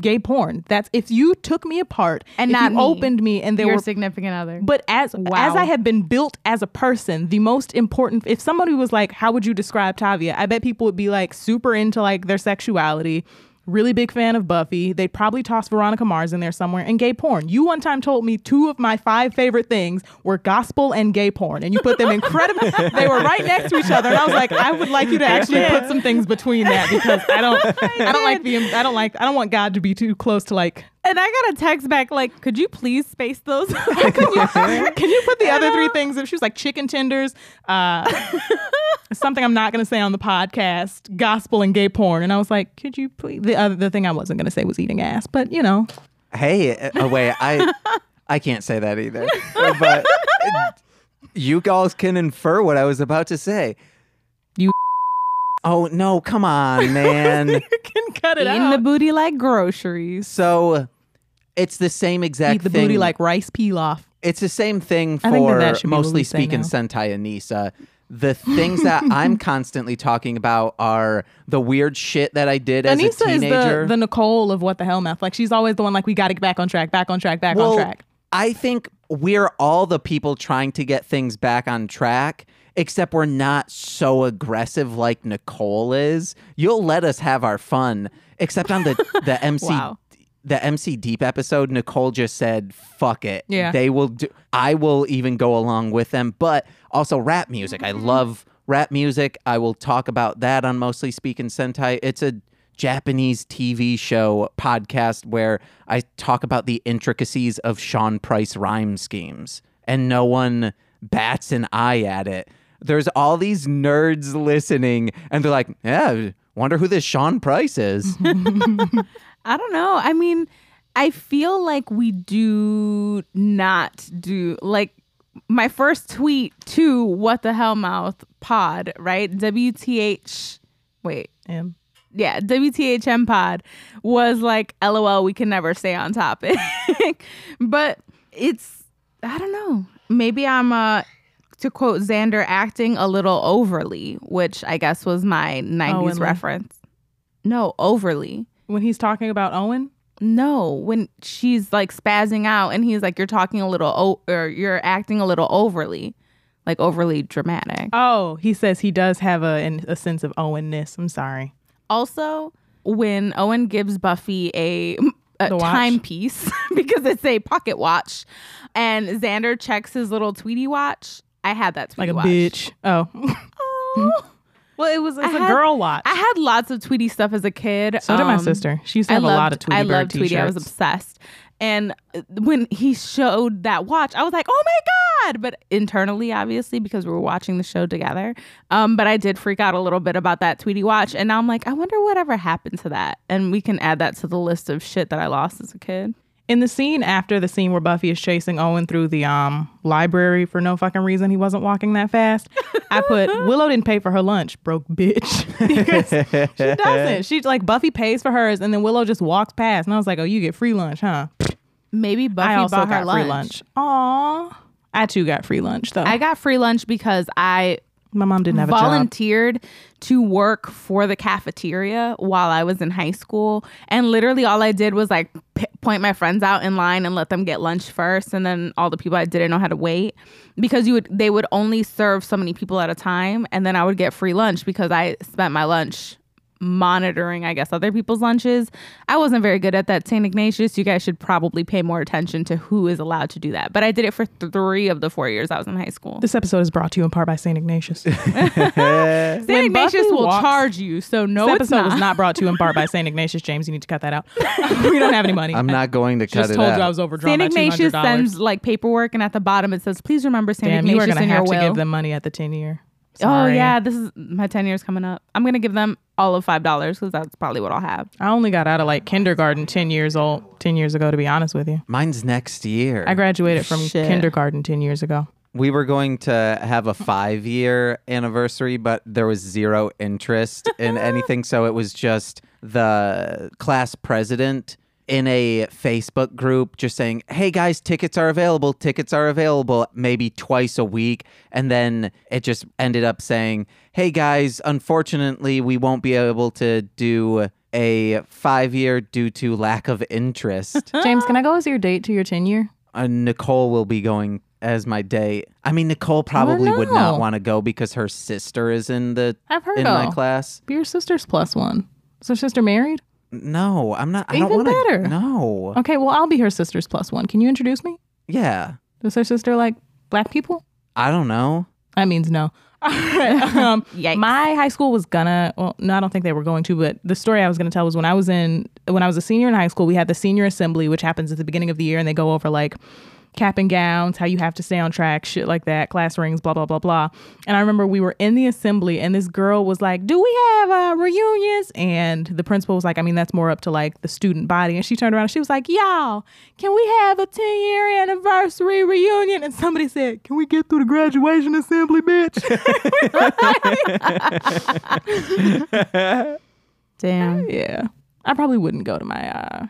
gay porn. That's if you took me apart And if not you me. opened me, and there your were significant other. But as Wow. as I have been built as a person, the most important if somebody was like, How would you describe Tavia? I bet people would be like super into like their sexuality, really big fan of Buffy. They'd probably toss Veronica Mars in there somewhere and gay porn. You one time told me two of my five favorite things were gospel and gay porn, and you put them incredible they were right next to each other. And I was like, I would like you to actually put some things between that because I don't I don't like the I don't like I don't want God to be too close to like and I got a text back like, could you please space those? can you, can you put the other three things? If she was like chicken tenders, uh, something I'm not going to say on the podcast, gospel and gay porn, and I was like, could you please? The other the thing I wasn't going to say was eating ass, but you know, Hey, uh, oh wait, I I can't say that either. But you guys can infer what I was about to say. You- Oh no, come on, man. you can cut it In out. the booty like groceries. so it's the same exact Eat the thing. booty like rice pilaf. it's the same thing I think that for that should be what we mostly say speaking now. Sentai and Nisa. The things that I'm constantly talking about are the weird shit that I did as a Anissa is teenager. the, the Nicole of what the hell meth. Like she's always the one like we got to get back on track, back on track, back on track. I think we're all the people trying to get things back on track, except we're not so aggressive like Nicole is. You'll let us have our fun, except on the the MC Wow. the MC Deep episode. Nicole just said, "Fuck it." Yeah. they will do. I will even go along with them, but also rap music. Mm-hmm. I love rap music. I will talk about that on mostly speaking Sentai. It's a Japanese TV show podcast where I talk about the intricacies of Sean Price rhyme schemes, and no one bats an eye at it. There's all these nerds listening, and they're like, "Yeah, wonder who this Sean Price is." I don't know. I mean, I feel like we do not do like my first tweet to what the hell mouth pod, right? WTH wait. And Yeah, WTHM pod was like LOL we can never stay on topic. but it's I don't know. Maybe I'm uh to quote Xander acting a little overly, which I guess was my 90s Owenly. reference. No, overly. when he's talking about Owen, No, when she's like spazzing out and he's like, you're talking a little, o- or you're acting a little overly, like overly dramatic. oh, he says he does have a an, a sense of Owenness. I'm sorry. Also, when Owen gives Buffy a, a The watch. timepiece because it's a pocket watch and Xander checks his little Tweety watch, I had that Tweety watch. Like a bitch. Oh, Oh. well, it was it's I a had- girl watch. I had lots of Tweety stuff as a kid. so did my Um, sister. She used to have a lot of Tweety I Bird loved t-shirts. Tweety. I was obsessed. And uh, when he showed that watch, I was like, "Oh my god!" But internally, obviously, because we were watching the show together. Um, but I did freak out a little bit about that Tweety watch, and now I'm like, I wonder whatever happened to that. And we can add that to the list of shit that I lost as a kid. In the scene after the scene where Buffy is chasing Owen through the um library for no fucking reason, he wasn't walking that fast. I put Willow didn't pay for her lunch, broke bitch. Because she doesn't. She like Buffy pays for hers, and then Willow just walks past, and I was like, oh, you get free lunch, huh? Maybe Buffy I also bought her got lunch. free lunch. Aw, I too got free lunch though. I got free lunch because I My mom didn't have a job. volunteered to work for the cafeteria while I was in high school. And literally all I did was like p- point my friends out in line and let them get lunch first. And then all the people I didn't know how to wait because you would, they would only serve so many people at a time. And then I would get free lunch because I spent my lunch monitoring, I guess, other people's lunches. I wasn't very good at that. St. Ignatius, you guys should probably pay more attention to who is allowed to do that. But I did it for three of the four years I was in high school. This episode is brought to you in part by St. Ignatius. This St. When Ignatius Buffy will walks- charge you, so no, it's episode not. was not brought to you in part by St. Ignatius. James, you need to cut that out. we don't have any money. I'm not going to I just cut it told out. you I was overdrawn St. by two Ignatius hundred dollars. sends like paperwork, and at the bottom it says, "Please remember St. Damn, you are Ignatius gonna in your have to will." give them money at the ten year. oh Sorry. yeah, this is my ten years coming up. I'm gonna give them all of five dollars because that's probably what I'll have. I only got out of like kindergarten ten years old, ten years ago. To be honest with you, Mine's next year. I graduated from Shit. kindergarten ten years ago. we were going to have a five year anniversary, but there was zero interest in anything. So it was just the class president in a Facebook group just saying, Hey guys, tickets are available. Tickets are available maybe twice a week. And then it just ended up saying, Hey guys, unfortunately, we won't be able to do a five year due to lack of interest. James, can I go as your date to your ten year? uh, Nicole will be going as my date. I mean, Nicole probably would know. not want to go because her sister is in the I've heard in of. my class. Be your sister's plus one. Is her sister married? No, I'm not. I don't Even want to. better. No. Okay, well I'll be her sister's plus one. Can you introduce me? Yeah. Does her sister like black people? I don't know. That means no. All right. um, Yikes. my high school was gonna. Well, no, I don't think they were going to. But the story I was gonna tell was when I was in when I was a senior in high school, we had the senior assembly, which happens at the beginning of the year, and they go over like cap and gowns, how you have to stay on track, shit like that, class rings, blah blah blah blah. And I remember we were in the assembly, and this girl was like, "Do we have uh, reunions?" And the principal was like, "I mean, that's more up to like the student body." And she turned around, and she was like, "Y'all, can we have a ten year anniversary reunion?" And somebody said, "Can we get through the graduation assembly, bitch?" Damn. Yeah. I probably wouldn't go to my uh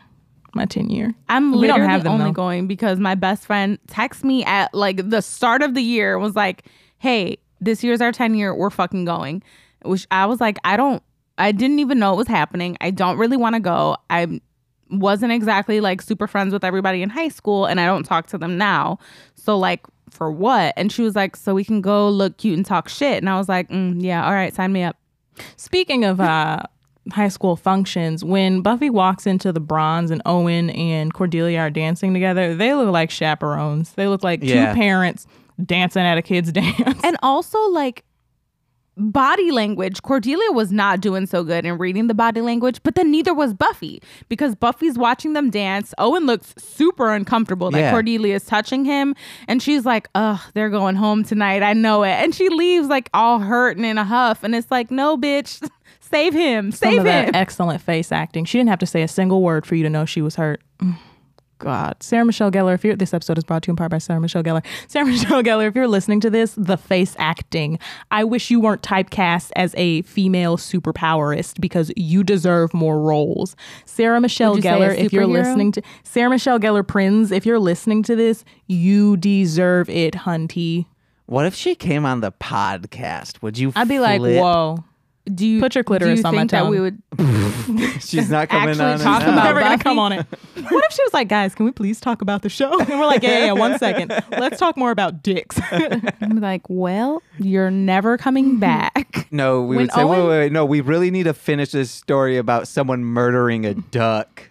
my 10 year. I'm We don't literally have them, only though. going because my best friend texted me at like the start of the year and was like, "Hey, this year's our 10 year. We're fucking going." Which I was like, "I don't I didn't even know it was happening. I don't really want to go. I wasn't exactly like super friends with everybody in high school and I don't talk to them now. So like for what? And she was like, "So we can go look cute and talk shit." And I was like, mm, "Yeah, all right, sign me up." Speaking of uh, high school functions, when Buffy walks into the Bronze and Owen and Cordelia are dancing together, they look like chaperones. They look like Yeah. two parents dancing at a kid's dance. And also like body language. Cordelia was not doing so good in reading the body language, but then neither was Buffy because Buffy's watching them dance. Owen looks super uncomfortable that Yeah. Cordelia is touching him and she's like, "Ugh, they're going home tonight. I know it." And she leaves like all hurt and in a huff and it's like, "No, bitch. Save him. Some Save of that him." excellent face acting. She didn't have to say a single word for you to know she was hurt. Mm, God, Sarah Michelle Gellar. If you're this episode is brought to you in part by Sarah Michelle Gellar. Sarah Michelle Gellar. If you're listening to this, the face acting. I wish you weren't typecast as a female superpowerist because you deserve more roles. Sarah Michelle Would you say Gellar. a If you're superhero? listening to Sarah Michelle Gellar Prinz, if you're listening to this, you deserve it, hunty. What if she came on the podcast? Would you? I'd be like, flip? whoa. Do you Put your do clitoris you on my think that tongue. we would She's not coming Actually on. talk now. about never gonna Buffy? come on it. What if she was like, guys, can we please talk about the show? And we're like, yeah, yeah, yeah one second. Let's talk more about dicks. I'm like, "Well, you're never coming back." No, we When would say, wait, Owen- wait, wait, no, we really need to finish this story about someone murdering a duck.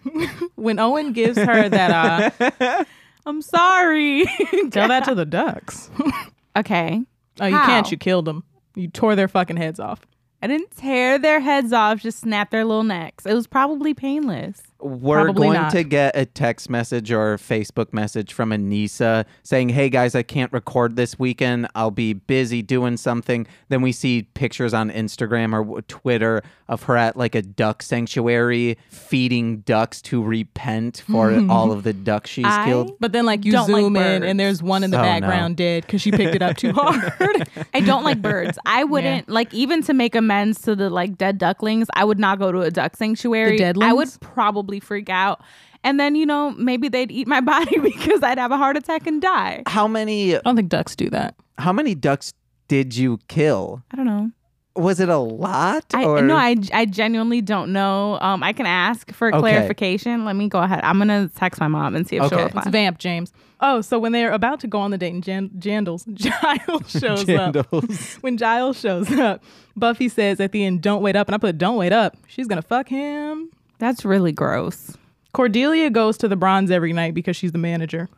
when Owen gives her that, uh, I'm sorry. tell that to the ducks. okay. Oh, you How? can't. You killed them. You tore their fucking heads off. I didn't tear their heads off, just snap their little necks. It was probably painless. We're Probably going not. to get a text message or Facebook message from Anissa saying, hey guys, I can't record this weekend. I'll be busy doing something. Then we see pictures on Instagram or w- Twitter of her at like a duck sanctuary feeding ducks to repent for all of the ducks she's I- killed. But then, like, you Don't like zoom in, birds. and there's one in the Oh, no. background dead because she picked it up too hard. I don't like birds. I wouldn't like even to make amends to the like dead ducklings. I would not go to a duck sanctuary. The deadlings? I would probably freak out, and then you know maybe they'd eat my body because I'd have a heart attack and die. How many I don't think ducks do that. how many ducks did you kill? I don't know. Was it a lot? I or? no, I, I genuinely don't know. Um, I can ask for Okay. clarification. Let me go ahead. I'm gonna text my mom and see if she'll Okay. reply. It's vamp, James. Oh, so when they're about to go on the date, and Jan- Jandals, Giles shows up. Candles. when Giles shows up, Buffy says at the end, "Don't wait up," and I put, "Don't wait up." She's gonna fuck him. That's really gross. Cordelia goes to the Bronze every night because she's the manager.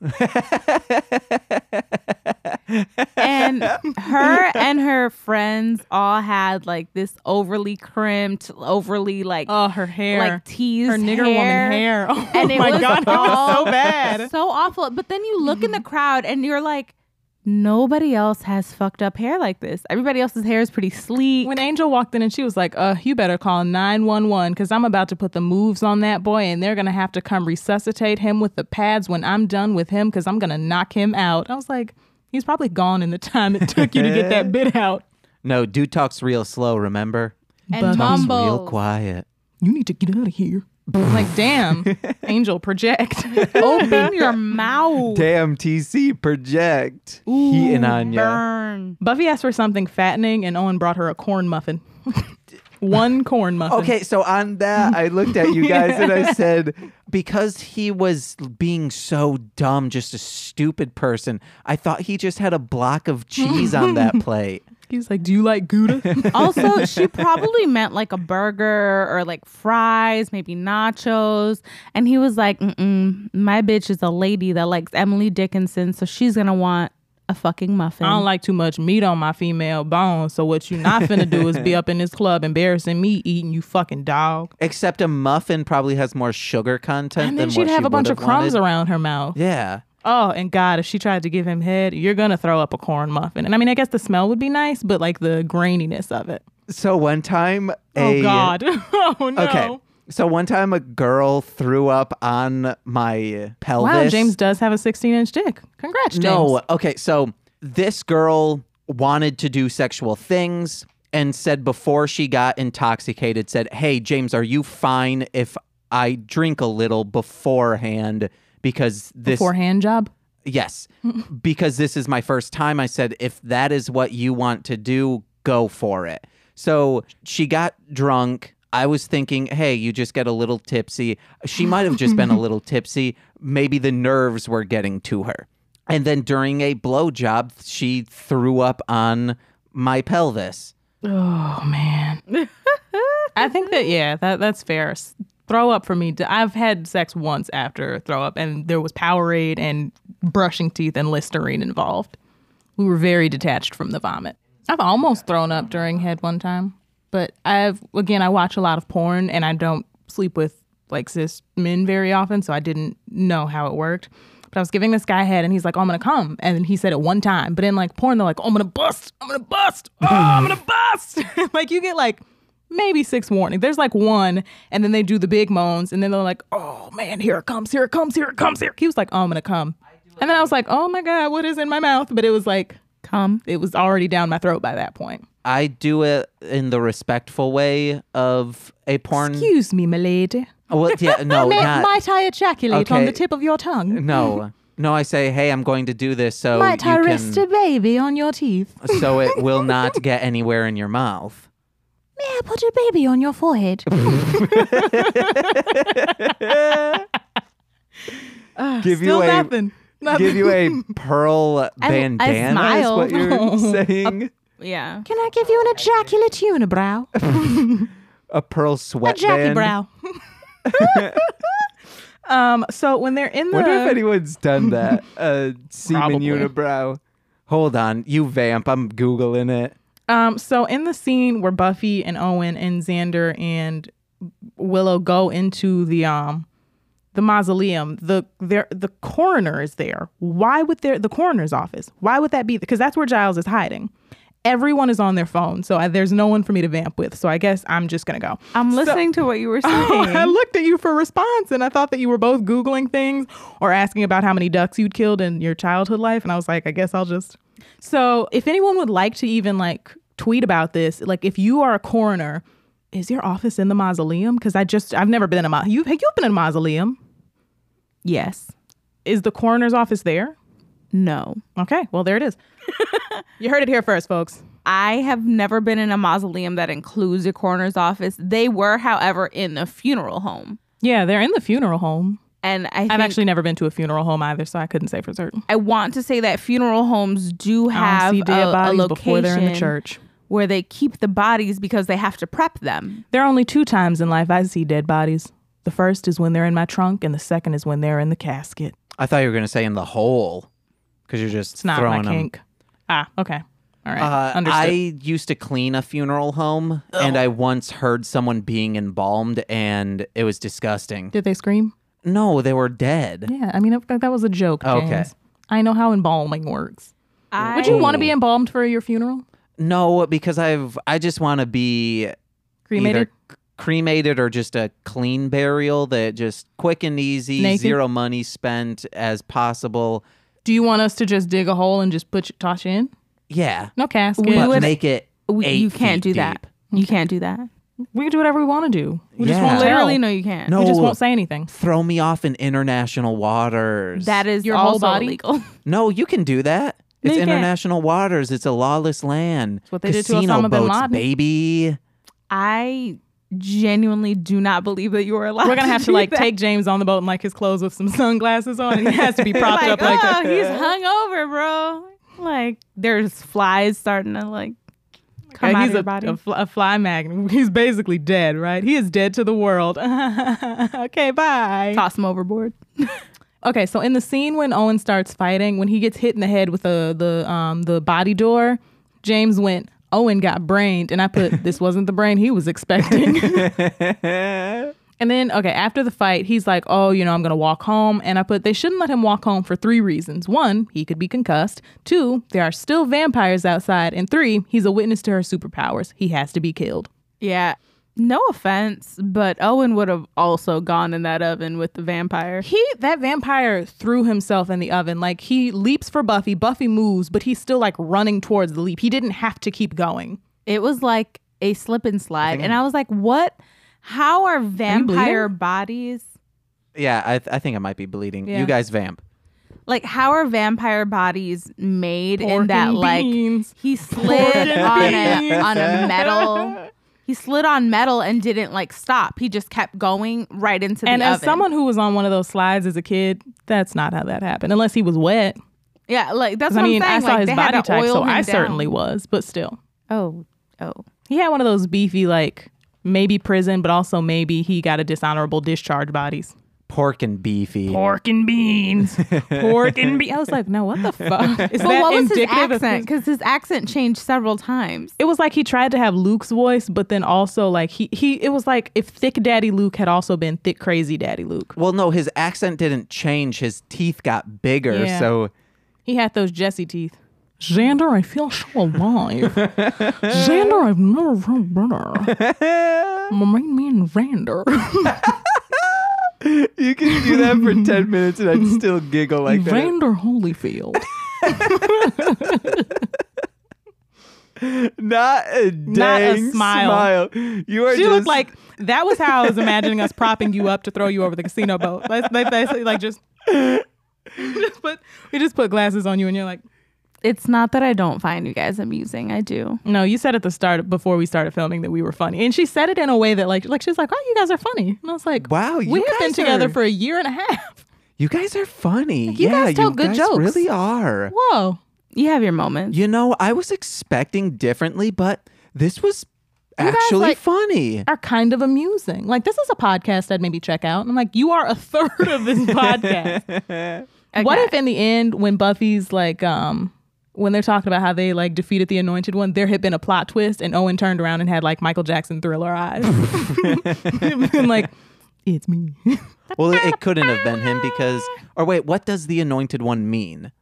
and her and her friends all had like this overly crimped, overly like Oh, her hair, like teased her nigger woman hair. Oh And it my was god, it was so all- bad. Mm-hmm. so awful. But then you look in the crowd and you're like, nobody else has fucked up hair like this. Everybody else's hair is pretty sleek. When Angel walked in and she was like, "Uh, you better call 911 cuz I'm about to put the moves on that boy and they're going to have to come resuscitate him with the pads when I'm done with him cuz I'm going to knock him out." I was like, "He's probably gone in the time it took you to get that bit out." No, dude talks real slow, remember? and Talks real mumbles. quiet. You need to get out of here. like, "Damn, Angel project." Open your mouth. Damn TC project. he and Anya. Burn. Buffy asked for something fattening and Owen brought her a corn muffin. One corn muffin. Okay, so on that, I looked at you guys and I said, because he was being so dumb, just a stupid person, I thought he just had a block of cheese on that plate. He's like, "Do you like Gouda?" also, she probably meant like a burger or like fries, maybe nachos. And he was like, Mm-mm, my bitch is a lady that likes Emily Dickinson, so she's gonna want a fucking muffin. I don't like too much meat on my female bones. So what you not finna do is be up in this club embarrassing me eating you fucking dog. Except a muffin probably has more sugar content And than then she'd what have she a bunch of would've crumbs wanted. around her mouth. Yeah. Oh, and God, if she tried to give him head, you're gonna throw up a corn muffin. And I mean, I guess the smell would be nice, but like the graininess of it. So one time, Oh a- God. oh no. Okay. So one time a girl threw up on my pelvis. Wow, James does have a 16 inch dick. Congrats, James. No. Okay. So this girl wanted to do sexual things and said before she got intoxicated, said, Hey, James, are you fine if I drink a little beforehand because this Beforehand job. Yes. because this is my first time, I said, if that is what you want to do, go for it. So she got drunk. I was thinking, hey, you just get a little tipsy. She might have just been a little tipsy. Maybe the nerves were getting to her. And then during a blowjob, she threw up on my pelvis. Oh man. I think that yeah, that that's fair. S- Throw up for me. d- I've had sex once after throw up, and there was Powerade and brushing teeth and Listerine involved. We were very detached from the vomit. I've almost thrown up during head one time, but I've again I watch a lot of porn and I don't sleep with like cis men very often, so I didn't know how it worked. But I was giving this guy head, and he's like, oh, "I'm gonna come," and then he said it one time. But in like porn, they're like, oh, "I'm gonna bust, I'm gonna bust, oh, I'm gonna bust." like you get like maybe six warnings. There's like one, and then they do the big moans, and then they're like, "Oh man, here it comes, here it comes, here it comes, here." He was like, oh, "I'm gonna come," and then I was like, "Oh my god, what is in my mouth?" But it was like, Come. it was already down my throat by that point. I do it in the respectful way of a porn. Excuse me, milady. well, yeah, no, May, not. might I ejaculate on Oh, Okay. the tip of your tongue? No. No, I say, hey, I'm going to do this so might you I can, Uh, rest a baby on your teeth? so it will not get anywhere in your mouth. May I put a baby on your forehead? Give Still nothing. Nothing. give you a pearl I bandana is what you're saying. Yeah. Can I give you an ejaculate unibrow? A pearl sweatband. um. So when they're in the Wonder if anyone's done that. A semen Probably. unibrow. Hold on, you vamp. I'm googling it. Um, so in the scene where Buffy and Owen and Xander and Willow go into the um the mausoleum, the there the coroner is there. Why would there the coroner's office? Why would that be? Because that's where Giles is hiding. Everyone is on their phone, so I, there's no one for me to vamp with. So I guess I'm just gonna go. I'm listening to what you were saying. Oh, I looked at you for a response and I thought that you were both Googling things or asking about how many ducks you'd killed in your childhood life. And I was like, I guess I'll just. So if anyone would like to even like tweet about this, like if you are a coroner, is your office in the mausoleum? Because I just, I've never been in a mausoleum. You, you've been in a mausoleum. yes. Is the coroner's office there? No. Okay, well, there it is. you heard it here first, folks. I have never been in a mausoleum that includes a coroner's office. They were, however, in a funeral home. Yeah, they're in the funeral home. And I think I've actually never been to a funeral home either, so I couldn't say for certain. I want to say that funeral homes do I have don't see dead a, a bodies location before they're in the church. where they keep the bodies because they have to prep them. There are only two times in life I see dead bodies. The first is when they're in my trunk, and the second is when they're in the casket. I thought you were gonna say in the hole, because you're just It's not throwing my them. kink. Ah, okay. All right. Uh, Understood. I used to clean a funeral home, and I once heard someone being embalmed, and it was disgusting. Did they scream? No, they were dead. Yeah, I mean, that- that was a joke. Okay. James. I know how embalming works. I, Would you want to be embalmed for your funeral? No, because I've I just want to be Cremated? either c- cremated or just a clean burial that just quick and easy, Naked? zero money spent as possible. Do you want us to just dig a hole and just put you, toss you in? Yeah, No casket. We but would- make it. We- eight you can't feet do that. deep. You can't do that. We can do whatever we want to do. We just Yeah. won't tell. Literally, no, you can't. No, We just won't say anything. throw me off in international waters. that is Your whole also body? illegal. no, you can do that. No, It's you can't. international waters. It's a lawless land. That's what they did to Casino Osama bin boats, Laden. baby. I genuinely do not believe that you are allowed. We're gonna have to do like that. take James on the boat and like his clothes with some sunglasses on, and he has to be propped like, up like oh, that. he's hungover, bro. Like there's flies starting to like come Yeah, out he's of your a, body. a fl- a fly magnet. He's basically dead, right? He is dead to the world. okay, bye. Toss him overboard. Okay, so in the scene when Owen starts fighting, when he gets hit in the head with the the um the body door, James went. Owen got brained, and I put this wasn't the brain he was expecting. and then okay, after the fight, he's like, "Oh, you know, I'm gonna walk home," and I put they shouldn't let him walk home for three reasons: one, he could be concussed; two, there are still vampires outside; and three, he's a witness to her superpowers. He has to be killed. Yeah. No offense, but Owen would have also gone in that oven with the vampire. He that vampire threw himself in the oven. Like he leaps for Buffy, Buffy moves, but he's still like running towards the leap. He didn't have to keep going. It was like a slip and slide. and I was like, what? How are vampire bleeding? bodies Yeah, I, th- I think I might be bleeding. Yeah. You guys vamp. like how are vampire bodies made in that Pork and like beans. he slid and on a, beans. on a metal he slid on metal and didn't like stop. He just kept going right into And the as oven. someone who was on one of those slides as a kid, that's not how that happened. Unless he was wet. Yeah, like that's 'Cause, what I mean, I am saying. saw like, his they body had to type, oil so him I down. certainly was, but still. Oh, oh. He had one of those beefy, like maybe prison, but also maybe he got a dishonorable discharge bodies. Pork and beefy. Pork and beans. Pork and beans. I was like, no, what the fuck? Is But that what was his indicative of accent? Because his accent changed several times. it was like he tried to have Luke's voice, but then also like he he it was like if Thick Daddy Luke had also been Thick Crazy Daddy Luke. Well, no, his accent didn't change. His teeth got bigger, Yeah. so He had those Jesse teeth. Xander, I feel so alive. Xander, I've never felt better. My main man, Xander. you can do that for ten minutes, and I'd still giggle like Xander Holyfield. Not a Not a dang smile. You are She looked like that was how I was imagining us propping you up to throw you over the casino boat. Like, like, basically, like just, just put, we just put glasses on you, and you're like, It's not that I don't find you guys amusing. I do. no. You said at the start before we started filming that we were funny, and she said it in a way that like, like she's like, oh, you guys are funny, and I was like, Wow, you we have been guys together are- for a year and a half. you guys are funny. you yeah, guys tell you good guys jokes. Really are. Whoa, You have your moments. You know, I was expecting differently, but this was actually like- funny. are kind of amusing. Like this is a podcast I'd maybe check out, and I'm like, you are a third of this podcast. What if in the end, when Buffy's like, um, when they're talking about how they like defeated the Anointed One, there had been a plot twist, and Owen turned around and had like Michael Jackson Thriller eyes, and like, it's me. Well, it, it couldn't have been him because, or wait, what does the anointed one mean?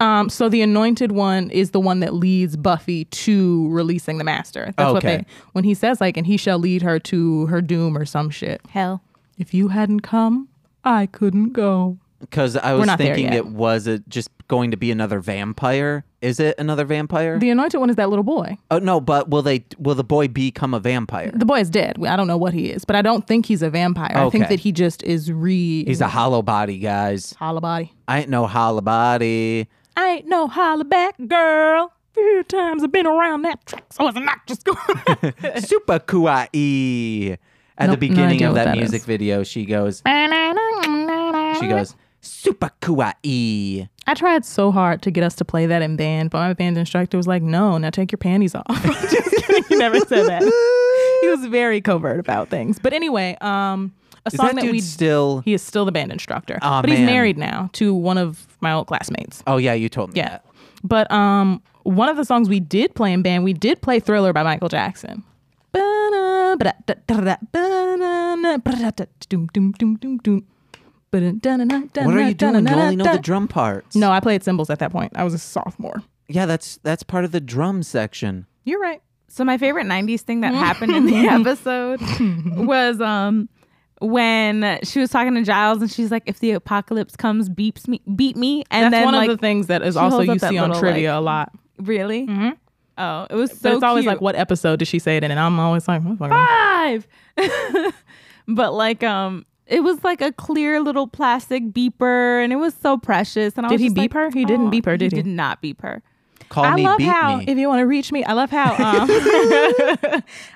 Um, so the Anointed One is the one that leads Buffy to releasing the Master. That's what Okay. they when he says like, and he shall lead her to her doom or some shit. hell? If you hadn't come, I couldn't go. Because I was not there thinking yet. it was a, just going to be another vampire. Is it another vampire? The Anointed One is that little boy. oh no, but will they? Will the boy become a vampire? The boy is dead. I don't know what he is, but I don't think he's a vampire. I think Okay. that he just is re. He's a hollow body, guys. holla body. I ain't no hollow body. I ain't no holla back girl. Few times I've been around that track, so it's not just going. Super kawaii. At Nope, the no beginning idea of what that, that music is. video, she goes, she she goes, super kawaii. I tried so hard to get us to play that in band, but my band instructor was like, "No, now take your panties off." just kidding. He never said that. He was very covert about things. But anyway, um, a Is song that that, dude we still? he is still the band instructor, Aw, but man. he's married now to one of my old classmates. Oh yeah, you told me. Yeah. that. But um one of the songs we did play in band, we did play Thriller by Michael Jackson. What What are you doing? You only know the drum parts. No, I played cymbals at that point. I was a sophomore. Yeah, that's that's part of the drum section. You're right. So my favorite '90s thing Mm. that happened in the episode was um when she was talking to Giles and she's like, "If the apocalypse comes, beeps me, beat me." And That's then one like, of the things that is she also holds you up that see on little, trivia a lot. really? Oh, it was so. Mm-hmm. But it's always cute. like, what episode did she say it in? And I'm always like, what the fuck? five. but like, um, it was like a clear little plastic beeper, and it was so precious. And I Did was he just beep like, her? He didn't "Aw." beep her, did he? Did not beep her. Call I me, love beat how me. if you want to reach me, I love how um,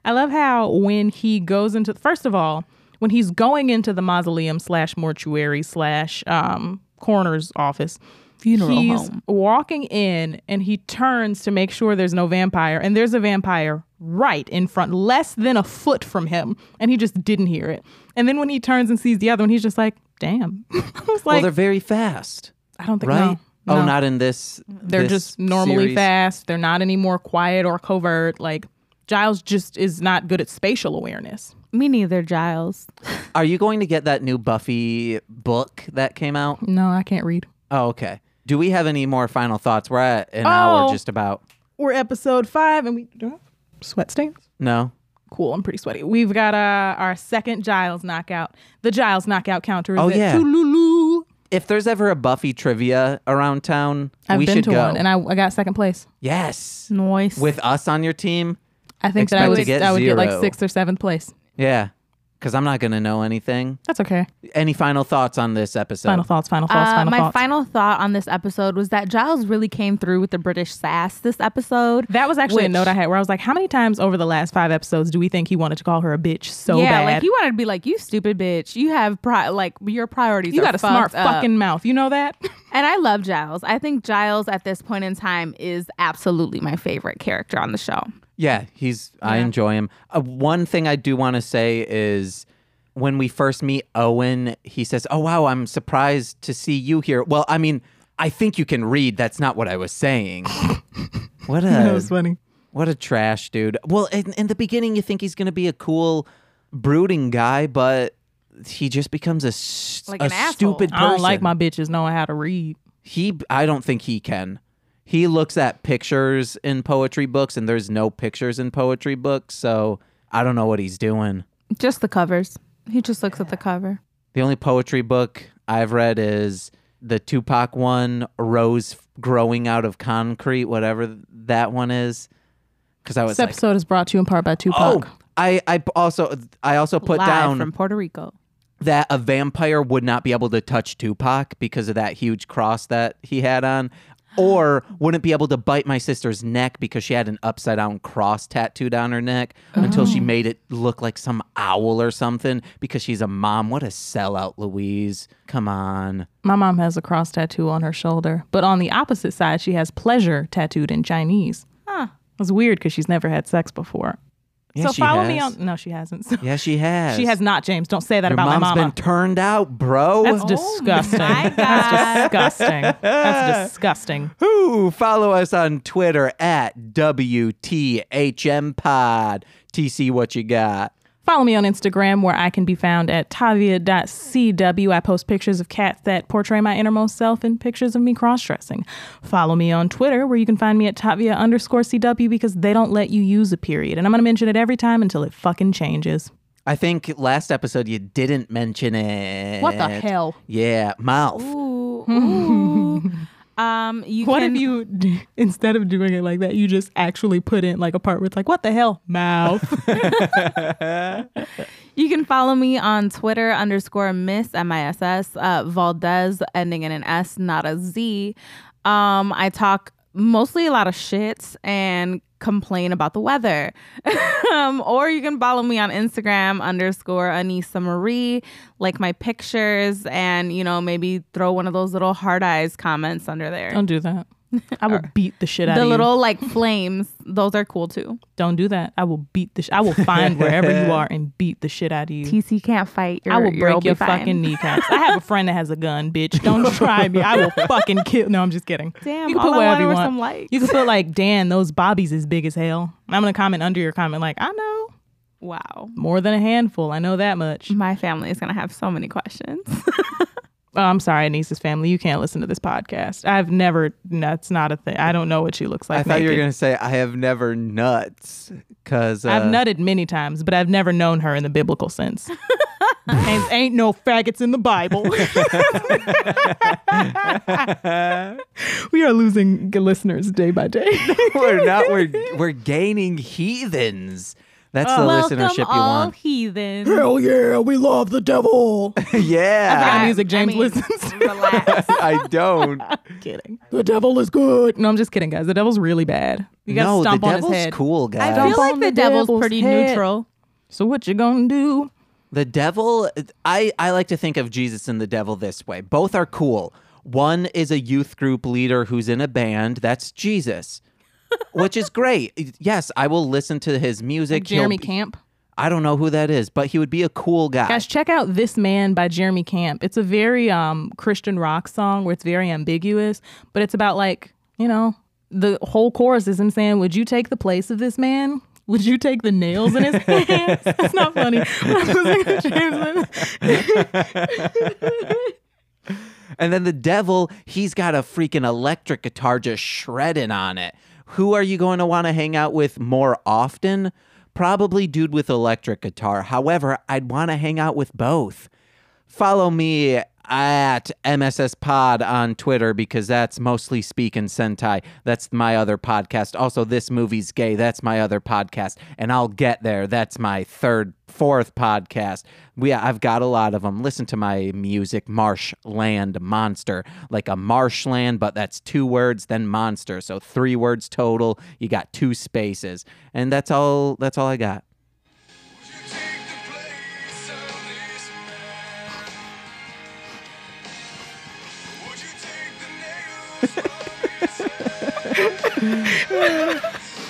I love how when he goes into first of all when he's going into the mausoleum slash mortuary slash um, coroner's office. Funeral He's home. walking in and he turns to make sure there's no vampire, and there's a vampire right in front, less than a foot from him, and he just didn't hear it. And then when he turns and sees the other one, he's just like, "Damn!" I was well, like, they're very fast, "I don't think right? no, Oh, no. not in this. They're this just normally series. fast. They're not any more quiet or covert. Like Giles just is not good at spatial awareness. Me neither, Giles. Are you going to get that new Buffy book that came out? No, I can't read. Oh, okay. Do we have any more final thoughts? We're at an hour Oh. just about. We're episode five, and we do I have sweat stains. No. Cool, I'm pretty sweaty. We've got uh, our second Giles knockout. The Giles knockout counter is Oh, at yeah. Tululu. If there's ever a Buffy trivia around town, I've we been should to go. one, and I, I got second place. yes. Noise. With us on your team? I think Expect that I to would get I would get like zero. sixth or seventh place. Yeah. because I'm not going to know anything. That's okay. Any final thoughts on this episode? Final thoughts, final thoughts, Uh, final my thoughts. final thought on this episode was that Giles really came through with the British sass this episode. that was actually a which- note I had where I was like, how many times over the last five episodes do we think he wanted to call her a bitch so yeah, bad? like he wanted to be like, "You stupid bitch! You have pri- like your priorities. you are got a smart fucked up." fucking mouth. You know that? And I love Giles. I think Giles at this point in time is absolutely my favorite character on the show. Yeah, he's. I enjoy him. Uh, one thing I do want to say is when we first meet Owen, he says, "Oh wow, I'm surprised to see you here." Well, I mean, I think you can read. That's not what I was saying. what that a was funny. what a trash dude. Well, in, in the beginning, you think he's gonna be a cool, brooding guy, but he just becomes a, s- Like a an asshole. stupid person. I don't like my bitches knowing how to read. He, I don't think he can. He looks at pictures in poetry books, and there's no pictures in poetry books, so I don't know what he's doing. Just the covers. He just looks at the cover. The only poetry book I've read is the Tupac one, Rose Growing Out of Concrete, whatever that one is. Because I was This like, episode is brought to you in part by oh, Tupac. I, I also, I also put Live down from Puerto Rico. that a vampire would not be able to touch Tupac because of that huge cross that he had on, or wouldn't be able to bite my sister's neck because she had an upside down cross tattooed on her neck until Oh. she made it look like some owl or something because she's a mom. What a sellout, Louise. Come on. My mom has a cross tattoo on her shoulder, but on the opposite side, she has pleasure tattooed in Chinese. Huh. It's weird because she's never had sex before. Yeah, so she follow me on. has. No, she hasn't. So- Yeah, she has. She has not, James. Don't say that Your about mom's my mama. been turned out, bro. That's Oh my disgusting. God. That's disgusting. That's disgusting. Who follow us on Twitter at WTHM Pod. TC, what you got? Follow me on Instagram where I can be found at tavia.cw. I post pictures of cats that portray my innermost self and pictures of me cross dressing. Follow me on Twitter where you can find me at tavia underscore cw because they don't let you use a period. And I'm going to mention it every time until it fucking changes. I think last episode you didn't mention it. What the hell? Yeah, mouth. Ooh. ooh. um, you What can if you, d- instead of doing it like that, you just actually put in like a part where it's like, what the hell? Mouth. You can follow me on Twitter underscore Miss M-I-S-S, uh, Valdez, ending in an S, not a Z. Um, I talk mostly a lot of shit and complain about the weather. um, or you can follow me on Instagram underscore Anissa Marie, like my pictures, and, you know, maybe throw one of those little hard eyes comments under there. don't do that. I will beat the shit out The of you. little like flames, those are cool too. Don't do that. I will beat the. Sh- I will find wherever you are and beat the shit out of you. TC can't fight. I will You're- you'll break be your fine. fucking kneecaps. I have a friend that has a gun, bitch. Don't try me. I will fucking kill. No, I'm just kidding. Damn, you can all put I whatever wanted you were want. some likes. You can put like Dan. Those bobbies is big as hell. And I'm gonna comment under your comment like I know Wow. more than a handful. I know that much. My family is going to have so many questions. Oh, I'm sorry, Niece's family. You can't listen to this podcast. I've never. That's not a thing. I don't know what she looks like. I thought you were naked. gonna say I have never nuts because uh, I've nutted many times, but I've never known her in the biblical sense. ain't, ain't no faggots in the Bible. we are losing g- listeners day by day. we're not we're we're gaining heathens. That's the listenership you all want. heathens. Hell Oh, yeah, we love the devil. yeah, That music James listens to. relax. I don't. kidding. The devil is good. No, I'm just kidding, guys. The devil's really bad. You gotta no, stomp the on devil's his head. cool, I guys. feel Dump like on the the devil's devil's pretty head. neutral. So what you gonna do? The devil, I, I like to think of Jesus and the devil this way. Both are cool. One is a youth group leader who's in a band. That's Jesus, which is great. Yes, I will listen to his music. He'll Jeremy be- Camp. I don't know who that is, but he would be a cool guy. Guys, check out This Man by Jeremy Camp. It's a very um, Christian rock song where it's very ambiguous, but it's about like, you know, the whole chorus is him saying, Would you take the place of this man? Would you take the nails in his hands? That's not funny. I was like, James, And then the devil, he's got a freaking electric guitar just shredding on it. Who are you going to want to hang out with more often? Probably dude with electric guitar. However, I'd want to hang out with both. Follow me at MSS Pod on Twitter because that's mostly Speak and Sentai. That's my other podcast. Also, This Movie's Gay. That's my other podcast. And I'll get there. That's my third, fourth podcast. We, I've got a lot of them. Listen to my music, Marshland Monster. Like a marshland, but that's two words, then monster. So three words total. You got two spaces. And that's all that's all I got.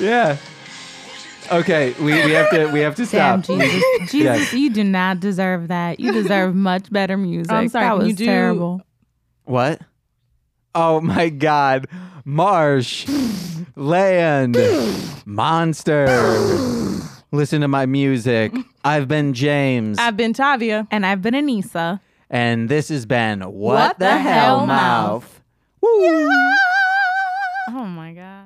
Yeah. Okay, we, we have to we have to Damn, stop. Jesus. Jesus, you do not deserve that. You deserve much better music. I'm sorry, that can was you do- terrible. What? Oh my god. Marsh. Land. Monster. Listen to my music. I've been James. I've been Tavia. And I've been Anissa. and this has been What, What the, the Hell Hell Mouth. Mouth. Woo! Oh my god.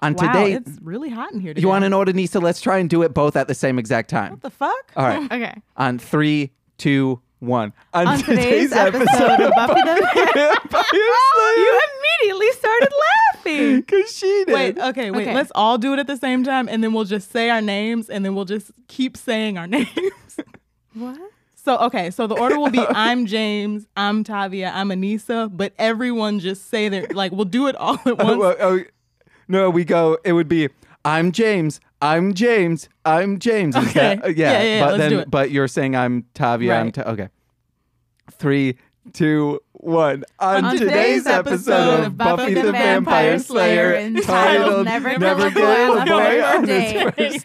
On Wow, today, it's really hot in here today. you want to know what, Anissa? Let's try and do it both at the same exact time. what the fuck? All right. Okay. On three, two, one. On today's episode of Buffy the you You immediately started laughing. Because she did. Wait, okay, wait. Okay. Let's all do it at the same time and then we'll just say our names and then we'll just keep saying our names. What? so, okay, so the order will be I'm James, I'm Tavia, I'm Anissa, but everyone just say their like we'll do it all at Oh, once. well, oh, no, we go. It would be I'm James. I'm James. I'm James. Is Okay. that- uh, yeah. Yeah, yeah, yeah, But let's then, do it. but you're saying I'm Tavia. I'm Right. Ta- okay. Three, two, one. On, today's episode of Buffy the Vampire Slayer, entitled "Never, Never Give Give a a Boy Boy on a His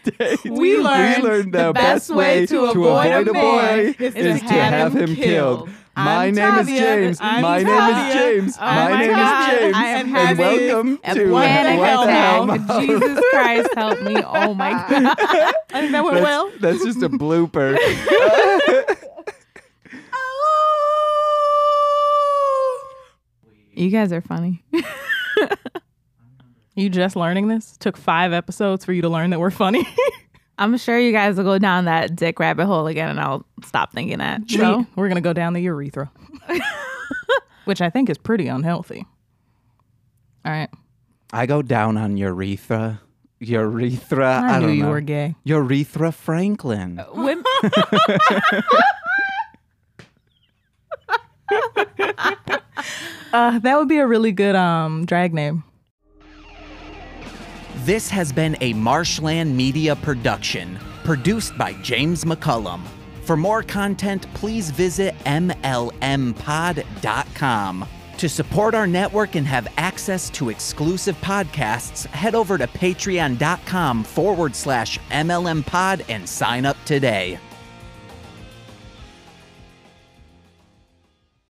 Date." First Date." We learned the best way to avoid a boy is to have him killed. My I'm name is Tavia. James. I'm My name is Tavia. James. Oh my My name God. is James. I am And having welcome a to panic What the Hell attack. Mouth. Jesus Christ, help me. Oh my god. I think that went well. That's, that's just a blooper. You guys are funny. You just learning this? Took five episodes for you to learn that we're funny. I'm sure you guys will go down that dick rabbit hole again and I'll stop thinking that. So So we're gonna go down the urethra, which I think is pretty unhealthy. All right, I go down on urethra. Urethra. I, I, knew don't you know. were gay. Oh. Urethra Franklin. women Uh, that would be a really good um drag name. This has been a Marshland Media production, produced by James McCullum. For more content, please visit MLMpod.com. To support our network and have access to exclusive podcasts, head over to patreon.com forward slash MLMpod and sign up today.